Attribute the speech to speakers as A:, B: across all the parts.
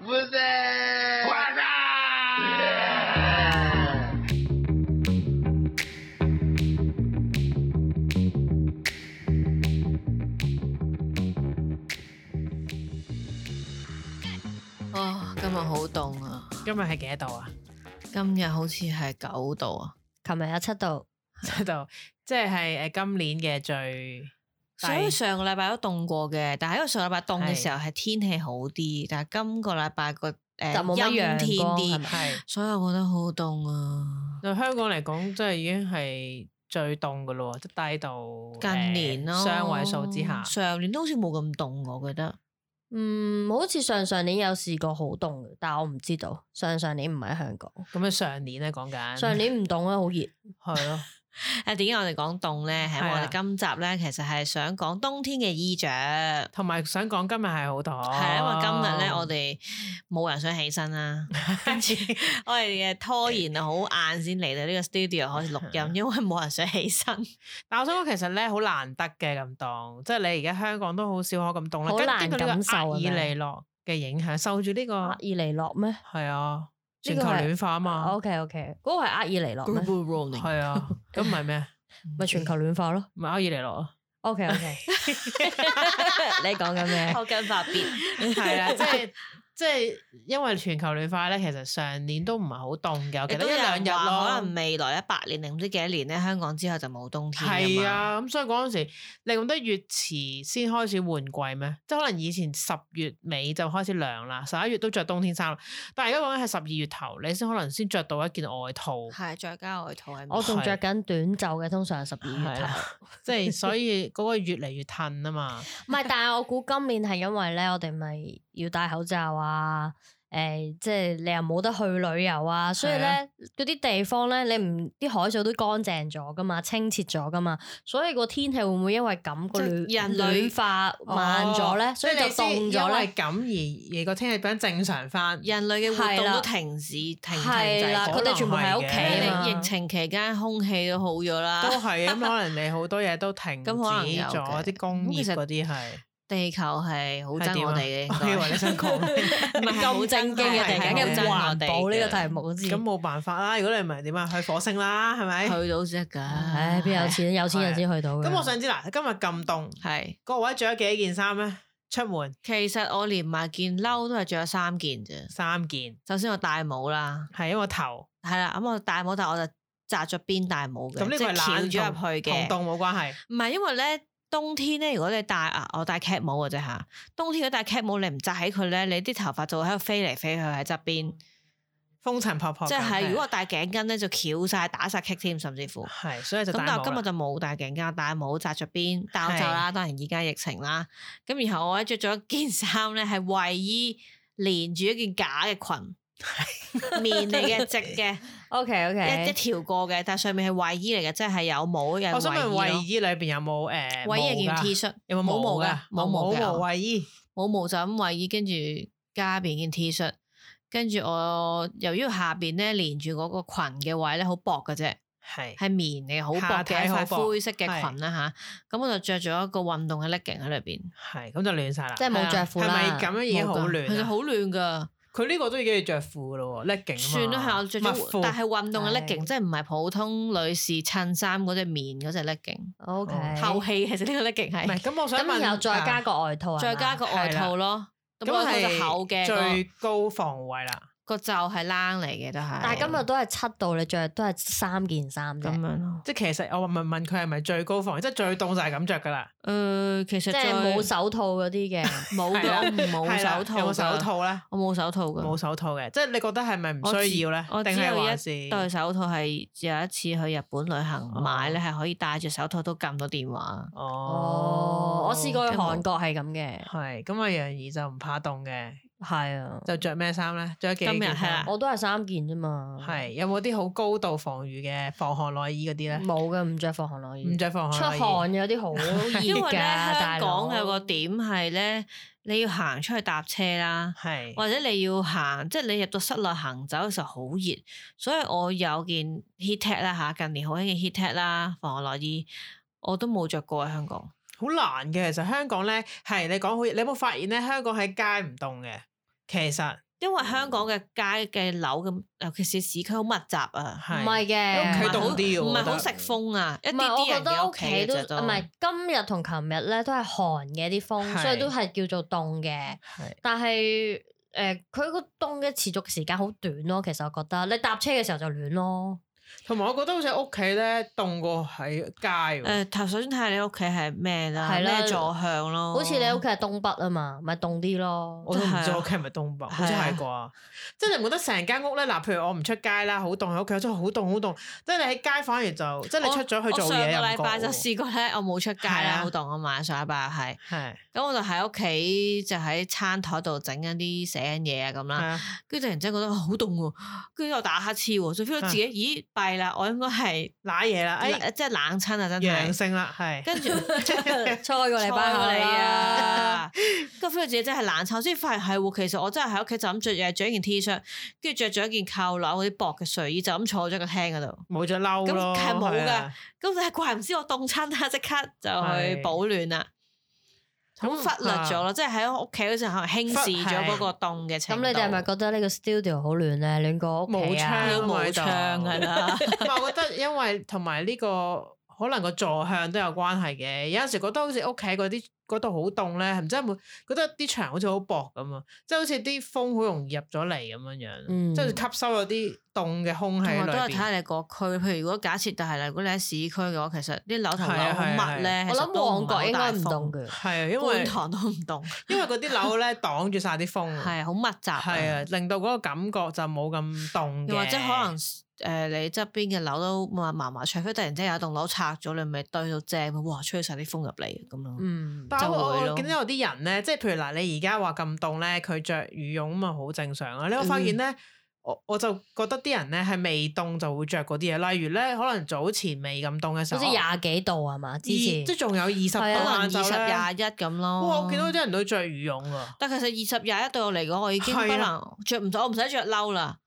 A: Vous êtes...
B: 哦，今日好凍啊！
C: 今日係幾多度啊？
B: 今日好似係九度啊，
D: 琴日有七度，
C: 七度，即係誒今年嘅最
B: 所以上個禮拜都凍過嘅，但係因為上個禮拜凍嘅時候係天氣好啲，但係今個禮拜個誒
D: 就冇乜
B: 陰
D: 陽
B: 天
D: 光係
B: 啲，
D: 咪？
C: 係
B: 所以我覺得好凍啊！
C: 對香港嚟講，真係已經係最凍噶咯，即係低到誒
B: 近年咯，
C: 雙位數之下。
B: 上年都好似冇咁凍，我覺得
D: 嗯，好似上上年有試過好凍嘅，但我唔知道上上年唔喺香港，
C: 咁啊，上年咧講緊
D: 上年唔凍啊，好熱。
C: 係咯，
B: 誒點解我哋講凍咧？係因為
C: 係
B: 我
C: 啊
B: 哋今集咧其實係想講冬天嘅衣着，係
C: 同埋想講今日係好凍，
B: 因為今日咧
C: 哦
B: 我哋冇人想起身啦。 跟住我哋嘅拖延啊，好晏先嚟到呢個 studio 開始錄音，因為冇人想起身。
C: 但我想講其實咧好難得嘅咁凍，即係你而家香港都好少可咁凍啦，
D: 好
C: 跟
D: 難
C: 經過呢
D: 感
C: 個
D: 受
C: 厄
D: 啊
C: 爾尼諾嘅影響，受住呢個
D: 厄爾尼諾咩？
C: 係啊全球
D: 呢個係
C: 暖化啊嘛，
D: O K O K，嗰個係厄爾尼諾咩？
B: warming
C: 係啊，咁唔係咩？
D: 咪全球暖化咯。
C: 唔係厄爾尼諾啊。
D: O K O K，你講緊咩？
B: 我跟發變，
C: 係啦，即係即係因為全球暖化咧，其實上年都唔係好凍嘅，我記
B: 亦
C: 得
B: 都
C: 一
B: 有
C: 兩
B: 人
C: 日
B: 話可
C: 咯
B: 能。未來一百年定唔知幾多年咧，香港之後就冇冬天㗎
C: 係
B: 嘛。
C: 啊，咁所以嗰陣時，你覺得越遲先開始換季咩？即係可能以前十月尾就開始涼啦，十一月都着冬天衫啦，但係而家講緊係十二月頭，你先可能先着到一件外套，
B: 係再加外套係咪
D: 我仲着緊短袖嘅，通常係十二月
C: 係
D: 頭。
C: 啊即係所以嗰個越嚟越褪啊 嘛。
D: 唔係，但係我估今年係因為咧，我哋咪要戴口罩啊。誒、即係你又冇得去旅遊啊，所以
C: 係啊
D: 咧嗰啲地方咧，你唔啲海水都乾淨咗噶嘛，清澈咗噶嘛，所以個天氣會唔會因為咁個
B: 即係
D: 暖
B: 人類
D: 暖化慢咗咧，
C: 哦
D: 所以就
C: 即係你
D: 凍
C: 先
D: 咗
C: 因為
D: 咧？
C: 咁而而個天氣變正常翻，
B: 人類嘅活
D: 係
B: 動
D: 啦
B: 都停止停停
D: 係啦，
C: 可
D: 佢
C: 能
D: 哋全部喺屋
C: 係
D: 企啊
B: 你
D: 嘛
B: 疫。情期間空氣都好咗啦
C: 都，係咁，可能你好多嘢都停止
B: 咁可能有嘅
C: 咗，啲工業嗰啲係。
B: 地球係好
C: 係
B: 憎
C: 點
B: 我
C: 啊
B: 哋嘅，應
C: 我以為
B: 該
C: 你想講咩
B: 唔係好
D: 咁正經嘅，突然間
C: 係
D: 嘅
C: 好憎
B: 我
D: 環
B: 哋
D: 保呢
B: 嘅
D: 個題目好似，
C: 咁冇辦法啦。如果你唔係點啊，去火星啦，係咪？
B: 去到先得㗎。
D: 唉，邊有錢？有錢人先去到嘅。
C: 咁我想知嗱，今日咁凍，
B: 係。
C: 各位着咗幾多件衫咧？出門
B: 其實我連埋件褸都係着咗三件啫。
C: 三件，
B: 首先我戴帽啦，
C: 係因為頭
B: 係啦，咁我戴帽，但我就紮咗邊戴帽嘅，
C: 咁呢
B: 即
C: 個
B: 係
C: 係冷
B: 翹咗
C: 咗
B: 入去嘅。
C: 同凍冇關係。
B: 唔係因為咧，冬天咧，如果你戴啊，我戴 cap 帽嘅啫吓。冬天如果戴 cap 帽，你唔紮起佢咧，你啲頭髮就會喺度飛嚟飛去喺側邊。
C: 風塵僕僕咁，
B: 即係如果我戴頸巾咧，就翹晒打晒棘添，甚至乎。
C: 係，所以就
B: 咁但
C: 戴帽
B: 我今日
C: 啦
B: 就冇戴頸巾，我戴帽紮着邊，戴口罩啦。當然而家疫情啦，咁然後我咧着咗一件 衫咧係衞衣，連住一件假嘅 裙，棉嚟嘅直嘅，
D: O K O
B: 一一
D: K，
B: 條過嘅，但上面係衞衣嚟嘅，即係有帽有
C: 我想問衞
B: 衞衣
C: 衣裏邊有冇誒
B: 咯。衞衣係
C: 毛
B: 件
C: 㗎
B: T 恤，
C: 有冇毛
B: 冇毛
C: 㗎哦
B: 㗎？冇毛
C: 冇
B: 嘅
C: 毛
B: 我
C: 衞衣，
B: 冇毛就咁衞衣，跟住加邊件 T 恤，跟住我由於下邊咧連住嗰個裙嘅位咧好薄嘅啫。
C: 係
B: 係棉嚟，好薄
C: 下體
B: 嘅一
C: 好
B: 塊
C: 薄
B: 灰色嘅裙啦吓，咁我就着咗一個運動嘅 legging 喺裏邊，
C: 係咁就亂晒啦。
D: 即係冇着褲
C: 係
D: 啦。
C: 咪咁樣已經好
D: 冇㗎
B: 其實
C: 亂啊？
B: 好亂噶，
C: 佢呢個都已經要着褲咯喎，legging 啊
B: 算啦
C: 嘛
B: 係我着
C: 襪
B: 咗，
C: 褲
B: 但係運動嘅 legging
D: 係
B: 即係唔係普通女士襯衫嗰只棉嗰只 legging，
D: O K，
B: 透氣其實呢個 legging
C: 唔係
B: 係，
C: 咁，我想問
D: 咁然後再加個外套啊，
B: 再加
D: 個
B: 個外套咯，咁外套
C: 係
B: 就厚嘅，
C: 最
B: 個
C: 高防護位啦。
B: 個袖係冷嚟嘅都係，
D: 但係今日都係七度，你着都係三件衫
B: 咁
D: 啫。
B: 樣咯，
C: 即係其實我問問佢係咪最高防，即係最凍就係咁着噶啦。
B: 誒呃其
D: 即
B: 實
D: 係
B: 最
D: 冇手套嗰啲嘅，
B: 冇
C: 係啦
B: 嘅，我冇
C: 係啦
B: 手套，
C: 有冇手，套咧？
B: 我冇手套噶，
C: 冇手套嘅，即係你覺得係咪唔
B: 我
C: 需
B: 只
C: 要咧？
B: 我
C: 定
B: 只
C: 係
B: 有
C: 還
B: 一
C: 是
B: 對手套係有一次去日本旅行買咧，係可以戴住手套都撳到電話。
C: 哦
D: 哦，，我試過去韓國係咁嘅，
C: 係咁啊，楊怡就唔怕凍嘅，
D: 係啊，
C: 就着咩衫咧？着咗
B: 今
C: 幾
B: 日
C: 件
B: 係
C: 衫
B: 啦？
D: 我都係三件啫
B: 哦
D: 嘛，
C: 係有冇啲好高度防禦嘅防寒內衣嗰啲咧？
D: 冇嘅，唔着防寒內
C: 唔
D: 衣，
C: 着防
D: 出
C: 寒內衣，
D: 汗有啲好
B: 因
D: 熱
B: 為
D: 㗎，
B: 咧香
D: 大佬
B: 港有個點係咧，你要行出去搭車啦，
C: 係
B: 或者你要行，即係你入到室內行走嘅時候好熱，所以我有件 heat tech 啦嚇，近年好興嘅 heat tech 啦，防寒內衣我都冇着過喺香港，
C: 好難嘅。其實香港咧係你講好，你有冇發現咧？香港喺街唔凍嘅，其實
B: 因為香港嘅街嘅樓咁，尤其是市區好密集啊，
D: 唔
C: 係
D: 係
C: 屋
D: 嘅
C: 企，凍啲喎
B: 唔係好
C: 我
B: 食
C: 覺得
B: 風啊，一
D: 唔
B: 啲
D: 係，我
B: 啲
D: 覺
B: 人
D: 得
B: 嘅
D: 屋企
B: 都
D: 都唔係今日同琴日咧都係寒嘅啲風，
C: 係
D: 所以都係叫做凍嘅。
C: 係
D: 但係誒，佢個凍嘅持續時間好短咯。其實我覺得你搭車嘅時候就暖咯，
C: 同埋我覺得好似喺屋企咧凍過喺街喎。
B: 誒，頭首先睇下你屋企係咩啦，
D: 係啦
B: 咩坐向咯，
D: 好似你屋企係東北啊嘛，咪凍啲咯。
C: 我都唔知
B: 係啊
C: 我屋企係咪東北，好似
B: 係啊
C: 係啩。即係你唔覺得成間屋咧？嗱，譬如我唔出街啦，好凍喺屋企，真係好凍好凍。即係你喺街反而就，即係你
B: 我
C: 出咗去
B: 我
C: 做
B: 上
C: 嘢
B: 個
C: 又
B: 禮
C: 唔
B: 拜就
C: 覺喎。
B: 試過咧，我冇出街
C: 係啊
B: 啦，好凍啊嘛，上禮拜係，
C: 係
B: 咁我就喺屋企就喺餐台度整緊啲寫緊嘢啊咁
C: 係
B: 啦。
C: 啊，
B: 跟住突然之間覺得啊好凍喎，跟住我打乞嗤喎，就 feel 到自己咦弊啦，我應該係
C: 揦嘢啦，哎，
B: 冷即係冷親啊真
C: 陽
B: 係，
C: 性啦，係。
B: 跟住
D: 猜個禮拜
B: 錯
D: 後
B: 你
D: 你啊！
B: 啊，跟住 feel 到自己真係冷親，先發現係喎，其實我真係喺屋企就咁着嘢，着一件 T 恤，跟住着咗一件扣褸嗰啲薄嘅睡衣，就咁坐咗個廳嗰度，
C: 冇咗褸
B: 咁
C: 咯，
B: 係冇
C: 係啊
B: 㗎。咁就係怪唔知我凍親啦，即刻就去
C: 係
B: 保暖啦。咁忽略咗咯，即係喺屋企嗰陣可能輕視咗嗰個凍嘅
D: 咁
B: 程度。
D: 你哋係咪覺得呢個 studio 好暖咧？暖過屋
C: 冇
D: 企
C: 窗
D: 啊？
B: 都冇
C: 喺度
B: 窗係 啦？
C: 同埋我覺得，因為同埋呢個可能個坐向都有關係嘅。有陣時覺得好似屋企嗰啲嗰度好凍咧，唔知有冇覺得啲牆好似好薄咁啊？即係好似啲風好容易入咗嚟咁樣樣，
D: 嗯
C: 即係吸收咗啲凍嘅空氣
B: 同埋
C: 喺
B: 都
C: 裏
B: 係睇
C: 邊。
B: 下你個區，譬如如果假設，但係啦，如果你喺市區嘅話，其實啲樓同
C: 係
B: 樓
C: 啊
B: 好密咧，
D: 我
B: 其實
D: 諗
B: 都
D: 旺
B: 係
D: 角
B: 好
D: 應
B: 大
D: 該唔凍嘅。
C: 係啊，
B: 風，
C: 因
B: 觀
C: 為
B: 塘都唔凍，
C: 因為嗰啲樓咧擋住晒啲風，啊
B: 係好密集。
C: 係啊，，令到嗰個感覺就冇咁凍嘅。
B: 又或者可能誒你側邊嘅樓都麻麻麻，除非突然之間有一棟樓拆咗，你咪堆到正，哇！吹晒啲風入嚟啊咁咯。
D: 嗯，
C: 但我
B: 就會
C: 我
B: 咯
C: 我見到有啲人咧，即係譬如嗱，你而家話咁凍咧，佢着羽絨咁啊，好正常啊。你我發
B: 嗯
C: 現咧，我我就覺得啲人咧係未凍就會着嗰啲嘢，例如咧可能早前未咁凍嘅時
D: 好
C: 候，啊
D: 似廿幾度係嘛？
C: 二
D: 之前
C: 即係仲有二十度
D: 係
B: 啊可能
C: 晏
B: 二
C: 晝
B: 十
C: 咧，
B: 廿一咁咯。
C: 哇！我見到啲人都着羽絨啊，
B: 但其實二十廿一對我嚟講，我已經不
C: 係啊
B: 能着唔到，我唔使着褸啦。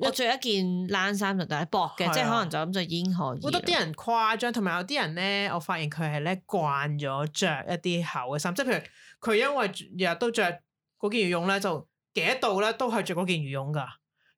B: 我着一件冷衫就得，薄
C: 係
B: 嘅，
C: 啊
B: 即係可能就咁就已經可以啦。
C: 我覺得啲人
B: 啊
C: 誇張，同埋有啲人咧，我發現佢係咧慣咗着一啲厚嘅衫，即係譬如佢因為日日都着嗰件羽絨咧，就幾多度咧都係着嗰件羽絨噶。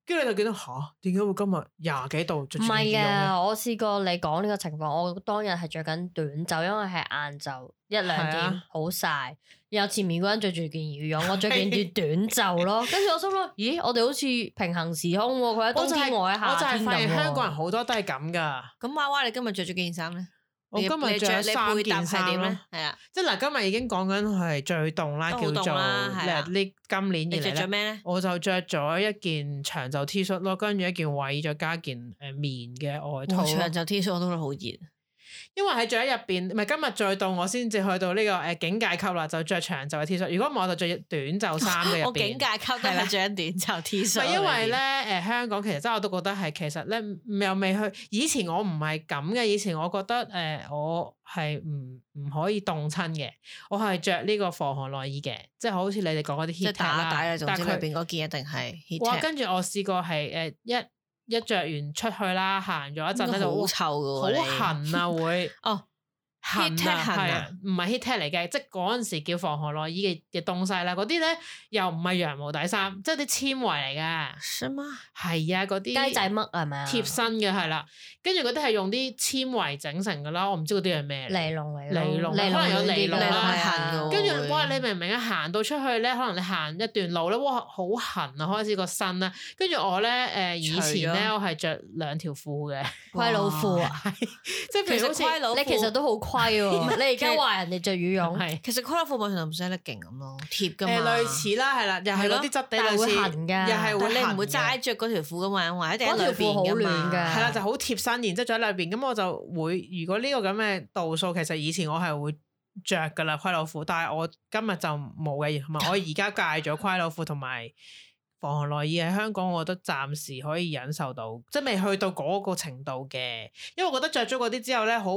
C: 跟住你就見到吓，點解會今日廿幾度着
D: 唔
C: 住件
D: 係
C: 羽絨
B: 啊
C: 嘅？
D: 嘅，我試過你講呢個情況，我當日係着緊短袖，因為係晏晝一兩
C: 係
D: 點
C: 啊
D: 好晒。然後前面嗰個人着住件羽絨，我着件短袖咯。跟住我心諗，咦，我哋好似平行時空喎，佢喺
C: 我
D: 冬
C: 就係
D: 天，我喺
C: 我就
D: 夏
B: 啊
C: 係
D: 天
C: 發現
D: 咁喎
C: 香港人好多都係咁噶。
B: 咁娃娃，你今日着咗幾件衫咧？
C: 我
B: 你
C: 今日
B: 你
C: 着
B: 着
C: 咗
B: 你
C: 三
B: 配搭
C: 件
B: 係
C: 衫
B: 點咧
C: 咯，？
B: 係啊，
C: 即係嗱，今日已經講緊係最凍啦，
B: 都
C: 叫
B: 好凍
C: 做
B: 啦係啊
C: 呢呢今年以
B: 你
C: 嚟
B: 着咗
C: 咧，
B: 咩咧？
C: 我就着咗一件長袖 T 恤咯，跟住一件衞衣，再加件誒棉嘅外套
B: 哇
C: 咯
B: 長袖 T 恤我都覺得好熱，
C: 因為喺着喺入邊，唔係今日再到我先至去到呢、個誒、呃警戒級啦，就着長袖嘅 T 恤。如果唔係，我就着短袖衫嘅 入
B: 我警
C: 邊。
B: 戒級都係着緊短袖 T
C: 唔
B: 恤。
C: 係因為咧，誒、呃香港其實真係我都覺得係，其實咧嗯又未去。以前我唔係咁嘅，以前我覺得誒、呃我係唔唔可以凍親嘅，我係着呢個防寒內衣嘅，即係好似你哋講嗰啲
B: 即係
C: heat tech 啦
B: 打底啦，總
C: 但
B: 之
C: 係
B: 裏
C: 佢
B: 邊嗰件一定係 heat
C: 哇！
B: tech
C: 跟住我試過係誒、呃一一着完出去啦，行咗一陣
B: 咁
C: 咧
B: 都
C: 就
B: 好
C: 哇
B: 臭
C: 好
B: 嘅喎，你
C: 痕啊會。
B: 哦。
C: 痕
B: Heat
C: 啊，
B: tech 痕
C: 係
B: 啊
C: 啊，唔係 heat tech 嚟嘅，即係嗰陣時叫防寒內衣嘅嘅東西啦。嗰啲咧又唔係羊毛底衫，即係啲纖維嚟嘅，
B: 是嗎？
C: 係啊，嗰啲
D: 雞仔乜係咪啊？
C: 貼身嘅係啦。跟住嗰啲係用啲纖維整成㗎啦，我唔知嗰啲係咩嚟。
D: 尼龍嚟，
C: 尼龍
D: 尼龍
C: 可能有尼龍啦
D: 係
B: 痕㗎
D: 啊
B: 喎
C: 跟
B: 哦會
C: 住哇，你明唔明啊？行到出去咧，可能你行一段路咧，哇，好痕啊，開始個身啦。跟住我咧，誒、以
B: 除
C: 前
B: 咗
C: 咧，我係着兩條褲嘅，
D: 龜老褲啊！
C: 即係
B: 其
C: 譬如
B: 實
C: 好似
B: 龜佬
D: 你其實都好虧 喎，你而家話人哋着羽絨，
C: 係
B: 其實 c o l o r 褲咪同唔使得勁咁咯，貼噶嘛。
C: 誒類，似啦，係啦，又係
B: 係咯
C: 嗰啲質地
D: 但係
C: 類
D: 會
C: 似，
D: 痕㗎
C: 又係
B: 但
C: 會
B: 你唔
C: 痕
B: 會
C: 嘅
B: 齋着嗰條褲噶嘛，因為一定喺
D: 嗰
B: 裏
D: 條褲好
B: 邊
D: 暖
B: 噶
D: 㗎
B: 嘛。
C: 係啦，就好貼身，然之後就喺裏邊。咁我就會，如果呢個咁嘅度數，其實以前我係會着噶啦龜老褲，但係我今日就冇嘅，同埋我而家 戒咗龜老褲同埋防寒內衣喺香港，我覺得暫時可以忍受到，即係未去到嗰個程度嘅，因為我覺得着咗嗰啲之後咧，好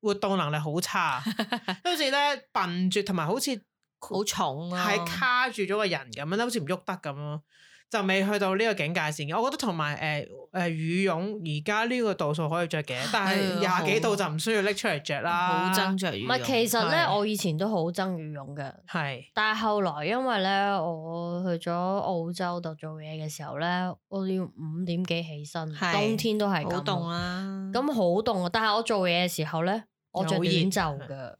C: 活動能力好 差，好似咧笨住，同埋好似
B: 好重啊。
C: 係卡住咗個人咁樣，好似唔喐得咁咯。就未去到呢個境界線嘅。我覺得同埋誒誒羽絨而家呢個度數可以着嘅，但係
B: 係啊
C: 廿幾度就唔需要拎出嚟着啦。
B: 好憎着羽
D: 唔係，
B: 絨
D: 其實咧，
C: 係
D: 我以前都好憎羽絨嘅，
C: 係
D: 但係後來因為咧，我去咗澳洲度做嘢嘅時候咧，我要五點幾起身，
B: 係
D: 冬天都係
B: 好
D: 咁
B: 凍。
C: 啊
B: 啦，
D: 咁好凍啊！但係我做嘢嘅時候咧，我着
C: 又好
D: 短
C: 熱啊
D: 袖嘅，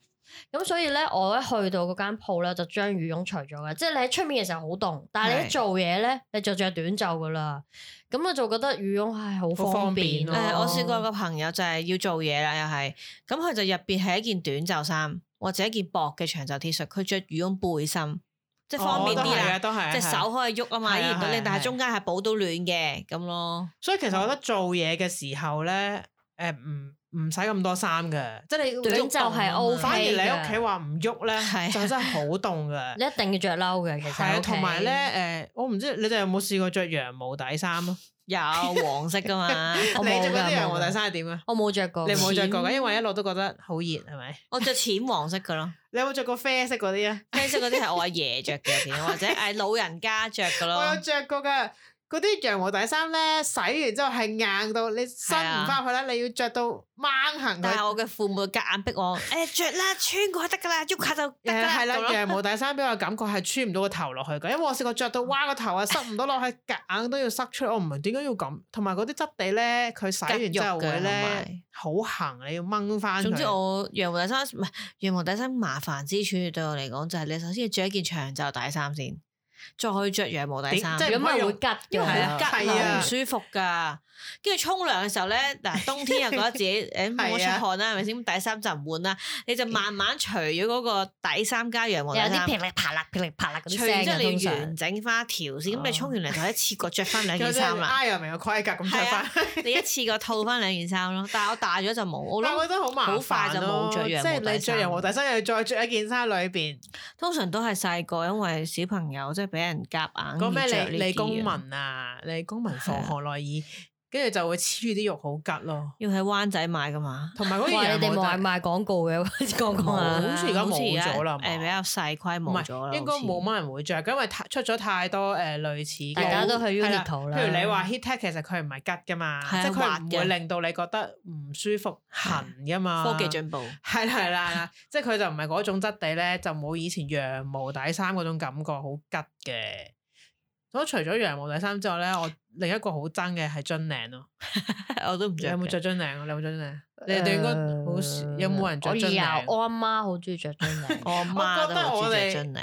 D: 咁所以咧，我一去到嗰間鋪咧，就將羽絨除咗嘅。即係你喺出面嘅時候好凍，但係你一
B: 係
D: 做嘢咧，你就着短袖噶啦。咁我就覺得羽絨係好
C: 好
D: 方
C: 方
D: 便
C: 便
D: 咯。
B: 誒、
C: 咯
B: 我試過個朋友就係要做嘢啦，又係咁佢就入邊係一件短袖衫或者一件薄嘅長袖 T 恤，佢着羽絨背心，即係方便
C: 我都
B: 啲
C: 係
B: 啦
C: 啊，。都係啊
B: 隻
C: 係啊
B: 手可以喐啊嘛，
C: 係啊
B: 依然到
C: 係
B: 你
C: 啊，
B: 但
C: 係
B: 係中間係保到暖嘅咁咯。
C: 所以其實我覺得做嘢嘅時候咧，誒唔唔使咁多衫嘅，即係你
D: 短袖
C: 係
D: 係 O
C: 反而你
D: K
C: 喺屋企話唔喐
B: 係
C: 咧，
B: 啊
C: 就真係 好凍嘅。
D: 你一定要着褸嘅，其實
C: 係
D: 喺
C: 啊，
D: 屋企
C: 同埋咧誒，我唔知你哋有冇試過着羊毛底衫咯？
B: 有黃色噶 嘛，
C: 你
D: 我冇
C: 着嗰
D: 㗎
C: 啲羊毛
D: 冇㗎
C: 底衫係點啊？
D: 我冇着過，
C: 你冇着過
B: 淺
C: 嘅，因為一路都覺得好熱係咪？
B: 我着淺黃色噶咯，
C: 你有冇着過啡色嗰啲啊？
B: 啡色嗰啲係我阿爺着嘅， 或者係老人家着噶咯。
C: 我有着過㗎。嗰啲羊毛底衫咧，洗完之後係硬到你伸唔翻去啦，你要着到掹行
B: 但係
C: 佢。
B: 我嘅父母夾硬逼我，誒着啦，穿過就得噶啦，喐下就得
C: 誒
B: 噶
C: 係
B: 啦。咁
C: 啦，
B: 咯
C: 羊毛底衫俾我感覺係穿唔到個頭落去嘅，因為我試過着到歪個頭啊，塞唔到落去， 夾硬都要塞出嚟。我唔明點解要咁，同埋嗰啲質地咧，佢洗完之後會
B: 夾肉
C: 咧好痕，你要掹翻。
B: 總之我羊毛底衫唔係羊毛底衫麻煩之處對我嚟講就係你首先要着一件長袖底衫先，再着羊毛底衫，
C: 點即係
D: 咁
C: 唔
D: 咪
C: 可以
D: 會
C: 用
D: 吉嘅，
B: 因為
C: 係啊
B: 好吉
C: 係
B: 啊，唔
C: 啊
B: 舒服噶。跟住沖涼嘅時候咧， 嗱冬天又覺得自己誒冇
C: 係啊
B: 出汗啦，係咪先？咁底衫就唔換啦，你就慢慢除咗嗰個底衫加羊毛
D: 有
B: 底衫
D: 啲。噼里啪啦、噼里啪啦嗰啲
B: 除
D: 聲
B: 完之
D: 嘅
B: 後你
D: 通
B: 要
D: 常。
B: 完整翻一條先，咁你
D: 哦
B: 沖完涼就一次過着翻兩件
C: 有
B: 衫
C: 啲啊
B: 啦。
C: 挨入明個規格咁着
B: 係啊
C: 翻。，
B: 你一次過套翻兩件衫咯。但係我大咗就冇，我
C: 但我
B: 諗
C: 覺得好麻
B: 好快就
C: 煩咯
B: 冇着羊
C: 即
B: 毛
C: 係
B: 底
C: 你
B: 衫
C: 着羊毛底衫又要再着一件衫裏邊，
B: 通常都係細個，因為小朋友即係俾人夾硬
C: 講咩
B: 而嗯着呢
C: 你
B: 啲啊
C: 你公
B: 嘢
C: 民啊，你公民防寒內衣，跟住就會黐住啲肉好吉咯，
B: 要喺灣仔買噶嘛？
C: 同埋嗰
D: 哇！
C: 件
D: 你
C: 羊
D: 哋
C: 毛
D: 冇
C: 底
D: 賣廣告嘅，講講
C: 冇
D: 啊，
C: 好似而家冇咗啦嘛
B: 誒比較細規
C: 唔
B: 模咗啦，
C: 係應該
B: 好似
C: 冇。乜人會着，因為太出咗太多誒類似嘅，
D: 大家都去
C: 係啦
D: Uniqlo 啦
C: 譬如你話 HeatTech 其實佢唔係吉噶嘛，
B: 係啊
C: 即係
B: 滑
C: 佢唔
B: 嘅
C: 會令到你覺得唔舒服痕噶嘛。
B: 科技進步，
C: 係啦係啦係啦， 即係佢就唔係嗰種質地咧，就冇以前羊毛底衫嗰種感覺好吉嘅。咁除咗羊毛底衫之外咧，我另一個好憎嘅係樽領咯。
B: 我都唔
C: 你
B: 着嘅。
C: 有冇着樽領啊？你有冇着樽領？你哋應該好少有冇人着
D: 我
C: 樽領？
D: 有，我阿媽好中意着樽領。
B: 我阿媽都好中意着樽領，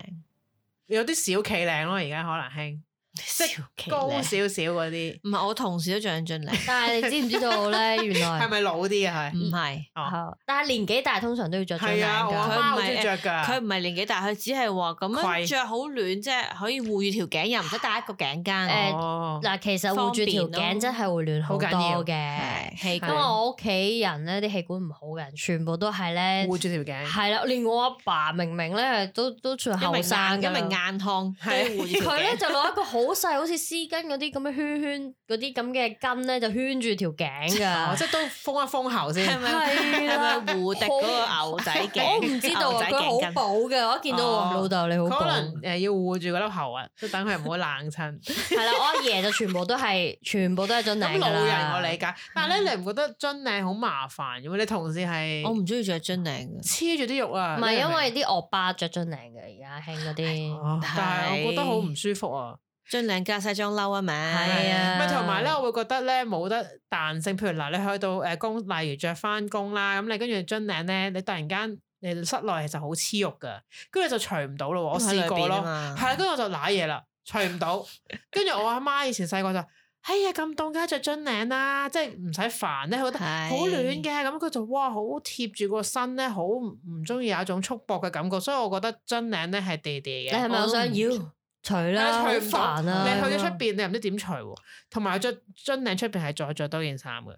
C: 有啲小企領咯，而家可能興
B: 即
C: 高少少嗰啲，
B: 唔係我同事都着緊樽領，
D: 但係你知唔知 道咧？原
C: 係
D: 來
C: 咪老啲啊？
B: 唔係
D: 係但係年紀大通常都要着
C: 係
D: 樽
C: 係啊，
D: 領
C: 我阿
D: 㗎。
B: 媽
C: 媽好中意着
B: 佢
C: 㗎。
B: 唔係年紀大，佢只係話咁樣
C: 攜
B: 着好暖，即係可以護住條頸，又唔使戴一個頸
D: 誒
B: 巾，
C: 哦，
D: 嗱，其實護住條
B: 方便
D: 頸
B: 咯
D: 真係會暖好多
C: 好緊要
D: 嘅，
B: 係氣
D: 因
B: 管
D: 為我屋企人咧啲氣管唔好嘅人，全部都係咧
C: 護住條頸，
D: 係啦，連我阿爸明明咧都都算
B: 因
D: 後
B: 為
D: 生
B: 硬
D: 㗎
B: 因為
D: 啦
B: 硬湯，都要護住條
D: 佢咧
B: 頸。
D: 就攞一個好細，好似絲巾嗰啲咁嘅圈圈，嗰啲咁嘅巾咧就圈住條頸
C: 哦
D: 噶。
C: 即係都封一封喉先。
B: 係咪
D: 係
B: 係
D: 啦
B: 咪胡迪嗰個牛仔頸？
D: 我唔知道啊，
B: 牛仔
D: 佢好
B: 頸巾
D: 補嘅，我一見到
C: 哦
D: 我老豆你好
C: 佢可
D: 補
C: 能。誒要護住嗰粒喉啊， 即係等佢唔好冷親。
D: 係啦，我阿爺就全部都係，全部都係樽領
C: 咁
D: 㗎啦嗯
C: 老人我理解，但係咧你唔覺得樽領好麻煩嘅咩？你同事係
B: 我唔中意着樽領嘅。
C: 黐住啲肉啊，
D: 唔係
C: 你明
D: 因
C: 唔
D: 為啲惡霸着樽領嘅，而家興嗰
C: 明
D: 啲。
C: 哦但係我覺得好唔舒服啊。
B: 樽領加西裝褸啊嘛，
D: 係啊
C: 咪同埋咧，我會覺得咧冇得彈性。譬如嗱，你去到誒工，例如着翻工啦，咁你跟住樽領咧，你突然間你室內其實好黐肉噶，跟住就除唔到咯喎。我試過
B: 因為喺裏邊啊
C: 咯，
B: 嘛
C: 係啦，跟住我就揦嘢啦，除唔 到。跟住我阿媽以前細個就。哎呀，咁凍梗係着樽領啦，即係唔使煩咧，佢覺得
B: 係
C: 好暖嘅，咁佢就哇好貼住個身咧，好唔唔中意有一種束縛嘅感覺，所以我覺得樽領咧係地地
D: 你
C: 嘅。
D: 係咪好想
B: 我都
D: 要除啦？好
C: 哦係除唔
D: 煩
C: 到
D: 啊！
C: 你去
D: 咁
C: 咗出
D: 樣
C: 邊，你又唔知點除喎。同埋着樽領出邊係再着多件衫嘅，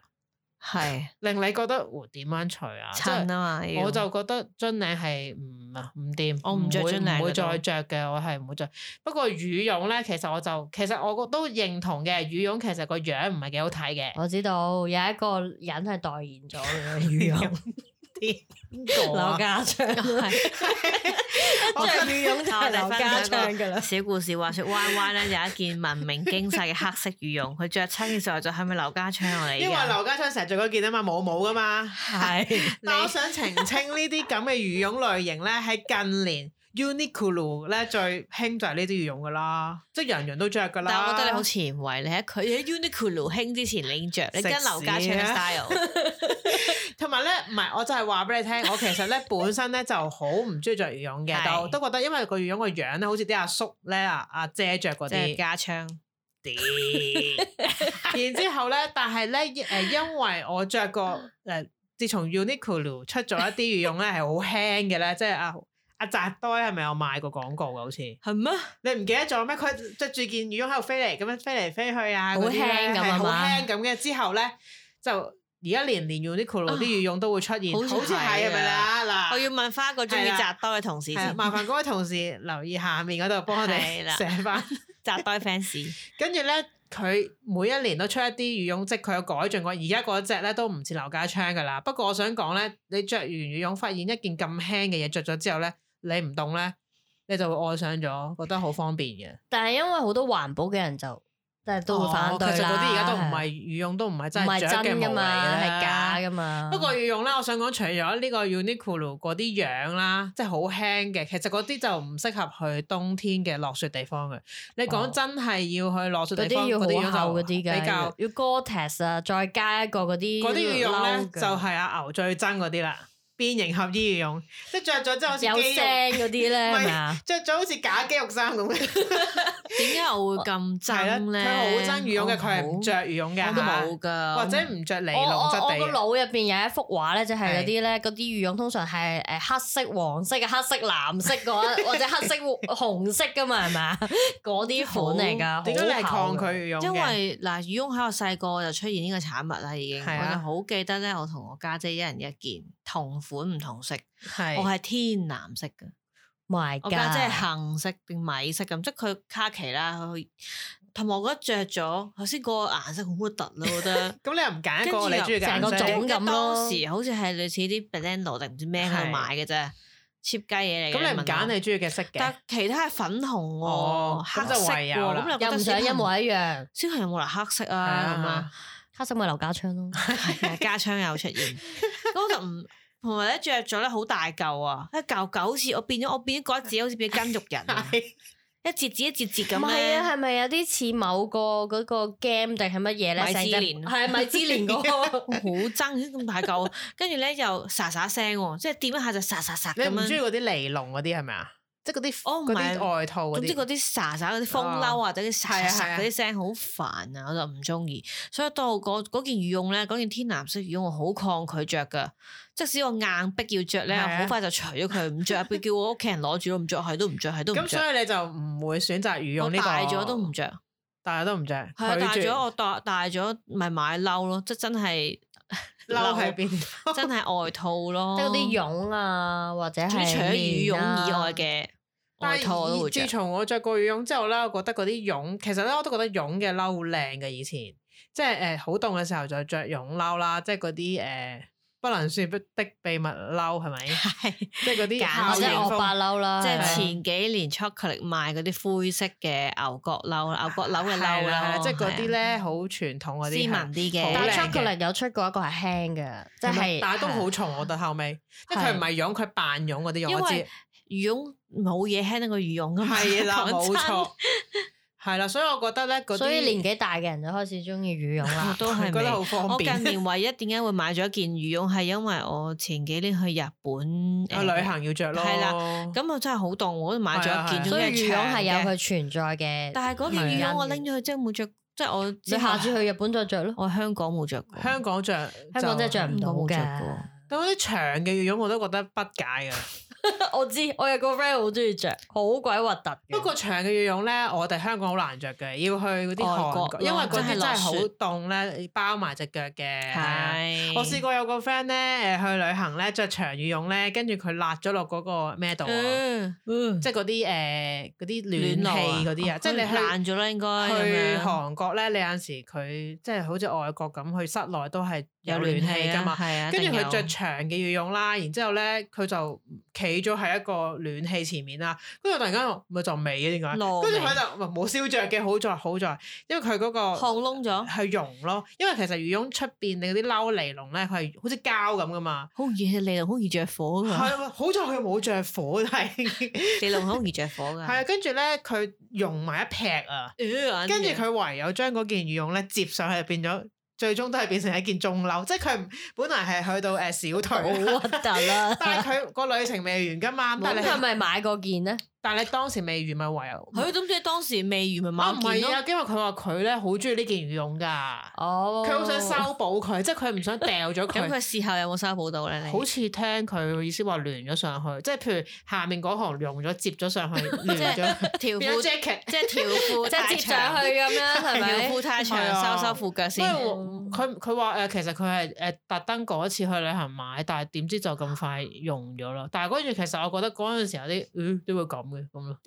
B: 係
C: 令你覺得哦點樣除啊？即
B: 襯
C: 係
B: 啊嘛，要
C: 我就覺得樽領係唔啊唔掂，
B: 我唔着
C: 會
B: 樽領
C: 唔會
B: 嘅都
C: 再着嘅，我係唔會着。不過羽絨咧，其實我就其實我都認同嘅，羽絨其實個
B: 哦
C: 樣唔係幾好睇嘅。
D: 我知道有一個人係代言咗嘅羽絨，
C: 邊個
D: 劉
C: 啊？
D: 家 昌，
C: 我
D: 最羽絨就係劉家昌噶啦。
B: 小故事話說，Y Y 咧有一件聞名驚世嘅黑色羽絨，佢着親嘅時候就係咪劉家昌嚟
C: 因為
B: 㗎？
C: 劉家昌成日着嗰件啊嘛，冇帽噶嘛。
D: 係
C: 但我想澄清呢啲咁嘅羽絨類型咧，喺近年 Uniqlo 咧最興就係呢啲羽絨噶啦，即係人人都着噶啦。
B: 但我覺得你好前衞，你喺佢喺 Uniqlo 興之前你已經着，你跟
C: 食屎啊
B: 劉家昌嘅 style。
C: 同埋咧，唔係，我就係話俾你聽，我其實咧本身咧就好唔中意着羽絨嘅
B: 係，
C: 但我都覺得因為個羽絨個樣咧，好似啲阿叔咧啊阿姐着嗰
B: 即係
C: 啲。
B: 家昌，
C: 然之後咧，但係咧誒，因為我着過 誒，自從 Uniqlo 出咗一啲羽絨咧係好輕嘅咧，即係阿阿澤多係咪有賣過廣告嘅？好似
B: 係咩？
C: 你唔記得咗咩？佢着住件羽絨喺度飛嚟咁樣飛嚟飛去啊，
D: 好
C: 嗰啲呢
D: 輕咁啊
C: 係好
D: 嘛
C: 輕咁嘅。之後咧就而家年年 Uniqlo 啲羽絨都會出現，
B: 好
C: 好
B: 似
C: 似係
B: 係
C: 係咪
B: 啊
C: 啦？嗱，
B: 我要問翻一個中意
C: 係啦
B: 扎堆嘅同事
C: 係啊
B: 先，
C: 麻煩各位同事留意下面嗰度幫我
B: 係啦
C: 哋 寫翻。
B: 扎堆 fans。
C: 跟住咧，佢每一年都出一啲羽絨，即係佢有改進過。而家嗰只咧都唔似劉家昌噶啦。不過我想講咧，你着完羽絨，發現一件咁輕嘅嘢着咗之後咧，你唔凍咧，你就會愛上咗，覺得好方便嘅。
D: 但係因為好多環保嘅人就即係都會反對
C: 哦其實
D: 啦。
C: 嗰啲而家都唔係羽絨，都唔係
D: 係
C: 真
D: 唔
C: 係
D: 係
C: 着嘅
D: 真
C: 毛
D: 噶
C: 嚟
D: 嘛，
C: 嘅
D: 係假。噶嘛。
C: 不過羽絨咧，我想講除咗呢個 Uniqlo 嗰啲樣啦，即係好輕嘅，其實嗰啲就唔適合去冬天嘅落雪地方嘅。你講
D: 哦
C: 真係要去落雪
D: 嗰
C: 地方，嗰
D: 啲
C: 啲樣
D: 要好厚嗰
C: 就
D: 啲嘅，
C: 比較
D: 要要 Gore-Tex 啊，再加一個嗰啲
C: 嗰啲羽絨咧
D: 褸㗎
C: 就係阿牛最憎嗰啲啦，變形合衣羽絨，即係着咗之後好似
D: 有
C: 肌肉
D: 聲，嗰啲 咧，係咪啊？
C: 着咗好似假肌肉衫咁 嘅，
B: 點解我會咁
C: 係啦，
B: 憎咧？
C: 佢好憎羽絨嘅，
D: 哦
B: 我
C: 佢係唔着羽絨
B: 我都冇
C: 嘅，
B: 㗎，
C: 或者唔着尼
D: 我
C: 龍
D: 我我
C: 質
D: 個
C: 地嘅。
D: 腦入邊有一幅畫咧，就係嗰啲咧，嗰啲羽絨通常係誒黑色、黃色、啊黑色、藍色嗰 一或者黑色、紅色噶嘛，係咪啊？嗰啲款嚟噶，
C: 點解你係
D: 好
C: 抗
D: 厚㗎
C: 拒羽絨嘅？
B: 因為嗱，羽絨喺我細個就出現呢個產物啦，已經，
C: 係
B: 我
C: 啊
B: 就好記得咧，我同我家姐一人一件，同款唔同色，
C: 係。
B: 我係天藍色嘅，
D: ？My
B: 我家姐係
D: God！
B: 杏色定米色咁，即係佢卡其啦，佢同埋我覺得着咗頭先個顏色好核突咯，我覺得
C: 咁你又唔揀一個啊
B: 跟住又
C: 你中意嘅
D: 成個
C: 顏色
D: 種咁咯
B: 當時好似係類似啲 Banana 定唔知咩去
C: 係
B: 買嘅啫，cheap 雞嘢嚟嘅。啊
C: 咁你
B: 問
C: 唔
B: 我
C: 揀你中意嘅色嘅
B: 但，其他係粉紅喎、
C: 哦
B: 黑
C: 咁就
B: 色
C: 唯
B: 喎，
C: 有啦
B: 咁又覺
D: 又
B: 得
D: 唔想一模一樣，
B: 小朋友冇嚟黑色
C: 係
B: 啊咁啊，，
D: 黑色咪劉家昌咯。
B: 係 啊，家槍又出現，咁我就唔同埋咧着咗咧好大嚿啊，一嚿嚿好似我變咗我變咗嗰一節好似變咗筋肉人啊，
C: 係
B: 一節節一節節
D: 唔
B: 咁
D: 係啊，
B: 咧，
D: 係咪有啲似某個嗰個 game 定係乜嘢咧？
B: 米芝
D: 成隻
B: 蓮
D: 係米芝蓮嗰個
B: 好憎咁大嚿，跟住咧又沙沙聲喎，即係掂一下就沙沙沙
C: 你
B: 咁
C: 唔中意
B: 樣。
C: 嗰啲尼龍嗰啲係咪啊？即係嗰啲
B: 哦唔
C: 嗰
B: 係
C: 啲外套嗰
B: 總之嗰
C: 啲，
B: 啲沙沙嗰啲風褸啊或者啲沙沙
C: 係啊係
B: 沙
C: 啊
B: 嗰啲聲好煩啊，我就唔中意。所以到嗰嗰件羽絨咧，嗰件天藍色羽絨我好抗拒着噶。即使我硬逼要着咧，
C: 係
B: 我
C: 啊
B: 好快就除咗佢唔着，叫我屋企人攞住都唔着，係都唔着，係都唔
C: 咁
B: 着。
C: 所以你就唔會選擇羽絨
B: 我
C: 呢個。
B: 大咗都唔着，係
C: 大家都唔着，
B: 啊，
C: 拒
B: 大
C: 絕
B: 咗我大大咗咪買褸咯，即係真係
C: 嬲喺邊？
B: 真係外套咯，
D: 即係嗰啲絨啊，或者係啊
B: 總 之除咗羽絨以外
D: 嘅。
B: 嘅
C: 但
B: 外套我都
C: 係
B: 會
C: 以
B: 着
C: 自。從我着過羽絨之後咧，我覺得嗰啲絨其實咧我都覺得絨嘅褸好靚嘅。以前即係誒呃好凍嘅時候就着絨褸啦，即係嗰啲誒不能説的秘密褸係咪？即係嗰 啲
B: 簡
C: 校
D: 啊或者
C: 園
B: 直
D: 惡霸
C: 風。
D: 褸啦，
B: 即係
D: 係
B: 前幾年 chocolate 賣嗰啲灰色嘅牛角褸、牛角褸嘅
C: 係
B: 褸
C: 啦係啦
B: 啦，
C: 即係嗰啲
B: 係
C: 咧好傳統嗰
B: 啊斯
C: 啲係，
B: 文啲
C: 好
B: 嘅，
D: 但
C: 靚
D: 係
C: 嘅
D: chocolate 有出過一個係輕嘅，即係
C: 但係都好重，我覺得後尾，即係佢唔係絨，佢扮絨嗰啲絨，
B: 啊因
C: 我知
B: 為羽絨冇嘢輕得過羽絨噶嘛，
C: 係啦，
B: 講真
C: 冇錯，係啦，所以我覺得咧嗰啲，
D: 所以年紀大嘅人就開始中意羽絨
B: 我。
D: 啦
B: 都係
C: 覺
B: 未
C: 得好方
B: 我
C: 便。
B: 近年唯一點解會買咗一件羽絨，係因為我前幾年去日 本
C: 啊，旅，行要着咯，
B: 係啦咁我真係好凍，我都買咗一
C: 係啊係啊
B: 件，
D: 所
B: 總之係
D: 以羽絨
B: 長
D: 係有
B: 嘅。
D: 佢存在嘅。
B: 但係嗰件羽
C: 係
D: 啊
B: 絨我拎咗去真係冇着，即係我
D: 你
B: 之後
D: 下次去日本再着 咯，
B: 我香港冇着過，
C: 香港着，
D: 香港真係着唔到
B: 香港冇
D: 嘅
B: 着過。
C: 但嗰啲長嘅羽絨我都覺得不解嘅，
D: 我知，我有個 friend 好中意着，好鬼核突嘅。
C: 不過長嘅羽絨咧，我哋香港好難着嘅，要去嗰啲韓
B: 外
C: 國
B: 國，
C: 因為嗰啲
B: 真係
C: 真
B: 落
C: 係
B: 雪
C: 好凍咧，包埋只腳嘅。
B: 係
C: 啊我試過有個 friend 咧，誒去旅行咧，着長羽絨咧，跟住佢辣咗落嗰個咩度啊？
B: 嗯
C: 即係嗰啲誒嗰啲暖
B: 爐啊
C: 氣嗰啲啊，即係你去
B: 爛咗啦，應該咁
C: 去
B: 樣
C: 韓國咧，你有陣時佢即係好似外國咁，去室內都係有暖氣
B: 氣
C: 㗎嘛。
B: 係啊，
C: 跟住
B: 一定
C: 佢
B: 有
C: 着長嘅羽絨啦，然之後咧佢就企咗喺一個暖氣前面啦，跟住突然間我咪就味嘅點解？
B: 糯
C: 跟住
B: 味
C: 佢就唔係冇燒着嘅，好在好在，因為佢嗰、個
B: 烘窿咗，
C: 係絨咯，因為其實羽絨出邊你嗰啲褸尼龍咧，佢係好似膠咁噶嘛。
B: 好易你龍好易着火
C: 係
B: 噶，
C: 啊好在佢冇着火，但係
B: 你龍好易着火呃噶
C: 係。啊，跟住咧佢溶埋一劈啊，跟住佢唯有將嗰件羽絨咧接上去，變咗最終都係變成一件中褸，即係佢唔本來係去到誒、呃小
D: 好啊
C: 腿啦。
D: 核突啦！
C: 但係佢個旅程未完噶嘛，但
D: 咁
C: 係
D: 佢
C: 你
D: 咪買過件咧？
C: 但係你當時未完咪唯有。
B: 佢咁即係當時未完咪買
C: 啊唔
B: 件
C: 係
B: 咯，
C: 啊，因為佢話佢咧好中意呢件羽絨哦噶，
D: 哦，
C: 佢好想修補佢，即係佢唔想掉咗
B: 咁
C: 佢。
B: 佢事後有冇修補到咧？你
C: 好似聽佢意思話聯咗上去，即係譬如下面嗰行用咗接咗上去， 聯咗
B: 條
C: 變咗
B: 褲
C: jacket。
B: 即係條褲
D: 即係接上去咁 樣，係
B: 條
D: 咪？
B: 褲太
C: 係啊
B: 長，收收褲腳
C: 所以
B: 先。
C: 我佢佢話誒，其實佢係誒特登嗰次去旅行買，但係點知就咁快用咗咯。但係跟住其實我覺得嗰陣時有啲，嗯，點會咁嘅咁咯。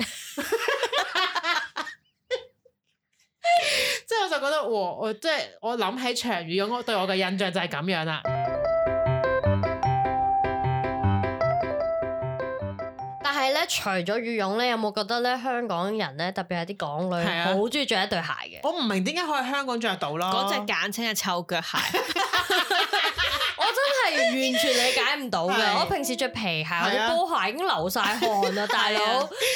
C: 即係我就覺得，哇！我即係我諗起長羽絨，我對我嘅印象就係咁樣啦。
D: 但係咧，除咗羽絨咧，有冇覺得咧香港人咧，特別係啲港女，
C: 係啊
D: 好中意着一對鞋嘅？
C: 我唔明點解可以香港着到咯。
B: 嗰隻簡稱係臭腳 鞋，
D: 我真係完全理解唔到
C: 係
D: 嘅。我平時着皮鞋或
C: 係
D: 者
C: 啊
D: 波鞋已經流晒汗 啦，大佬